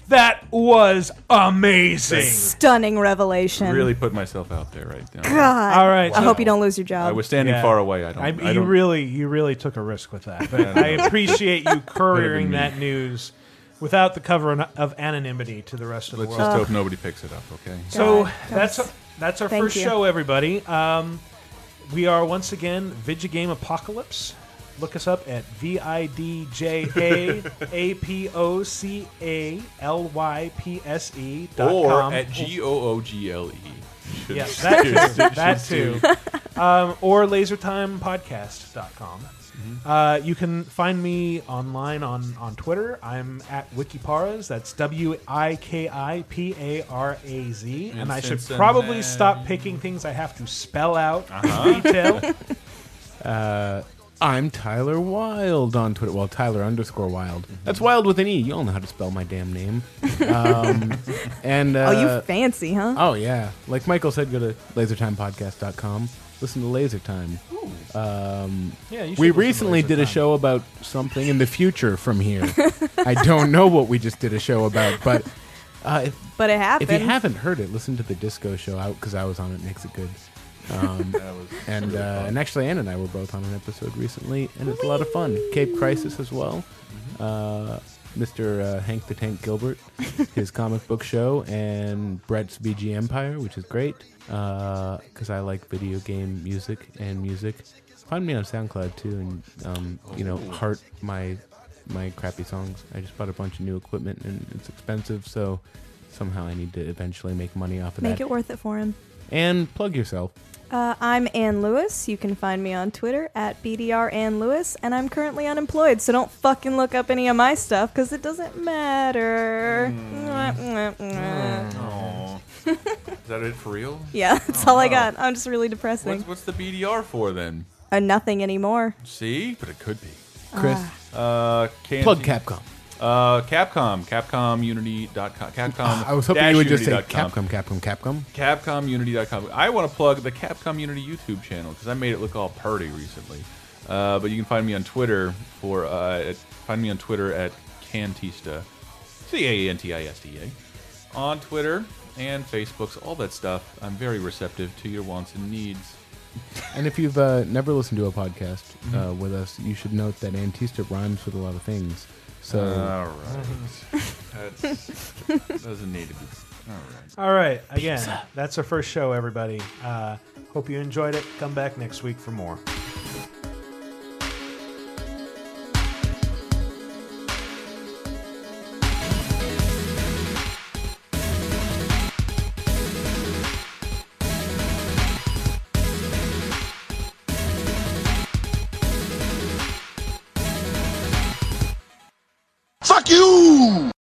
That was amazing. Stunning revelation. put myself out there right now. God. All right. I hope you don't lose your job. I was standing Yeah. far away. I don't. I, you don't really, you really took a risk with that. But Yeah, I I know. appreciate you couriering me. that news without the cover an- of anonymity to the rest of let's the just world. hope nobody picks it up. Okay. So Oh, God, that that's was- that's our Thank first you. show, everybody. Um, we are once again Vigigame Apocalypse. Look us up at V I D J A A P O C A L Y P S E dot or com. at G O O G L E. Yes, that too. that too. Um, or lasertimepodcast.com. Uh, you can find me online on, on Twitter. I'm at Wikiparas. That's W I K I P A R A Z. And I should probably stop picking things I have to spell out Uh-huh. in detail. Uh, I'm Tyler Wild on Twitter. Well, Tyler underscore Wild. That's Wild with an E. You all know how to spell my damn name. Um, and uh, oh, you fancy, huh? Oh yeah, like Michael said, go to lasertimepodcast.com. Listen to Laser Time. Um, Yeah, you should we listen to recently Laser did a Time. show about something in the future from here. I don't know what we just did a show about, but uh, if, But it if happened. you haven't heard it, listen to the disco show out because I was on it. Makes it good. Um, and uh, and actually, Ann and I were both on an episode recently, and it's a lot of fun. Cape Crisis as well. Uh, Mr. Uh, Hank the Tank Gilbert, his comic book show, and Brett's BG Empire, which is great because I like video game music and music. Find me on SoundCloud too, and um, you know, Oh. heart my my crappy songs. I just bought a bunch of new equipment, and it's expensive, so somehow I need to eventually make money off of Make that. it worth it for him. and plug yourself. Uh, I'm Ann Lewis. You can find me on Twitter at BDR Ann Lewis, and I'm currently unemployed, so don't fucking look up any of my stuff because it doesn't matter. Mwah, mwah, mwah. Aw. Is that it for real? Yeah, that's Oh, all I no. got. I'm just really depressing. What's, what's the BDR for then? Uh, nothing anymore. See, but it could be. Chris? uh, can't Plug Capcom. Uh, Capcom, CapcomUnity.com, Capcom. Ah, I was hoping you would just say dash-unity.com. Capcom, Capcom, Capcom. CapcomUnity.com. I want to plug the Capcom Unity YouTube channel because I made it look all party recently. Uh, but you can find me on Twitter for uh, at, find me on Twitter at Cantista, C A N T I S T A, on Twitter and Facebooks, all that stuff. I'm very receptive to your wants and needs. And if you've uh, never listened to a podcast uh, Mhm. with us, you should note that Antista rhymes with a lot of things. So, all right, that doesn't need to be. All right. All right, again, Pizza. that's our first show, everybody. Uh, hope you enjoyed it. Come back next week for more. Fuck you!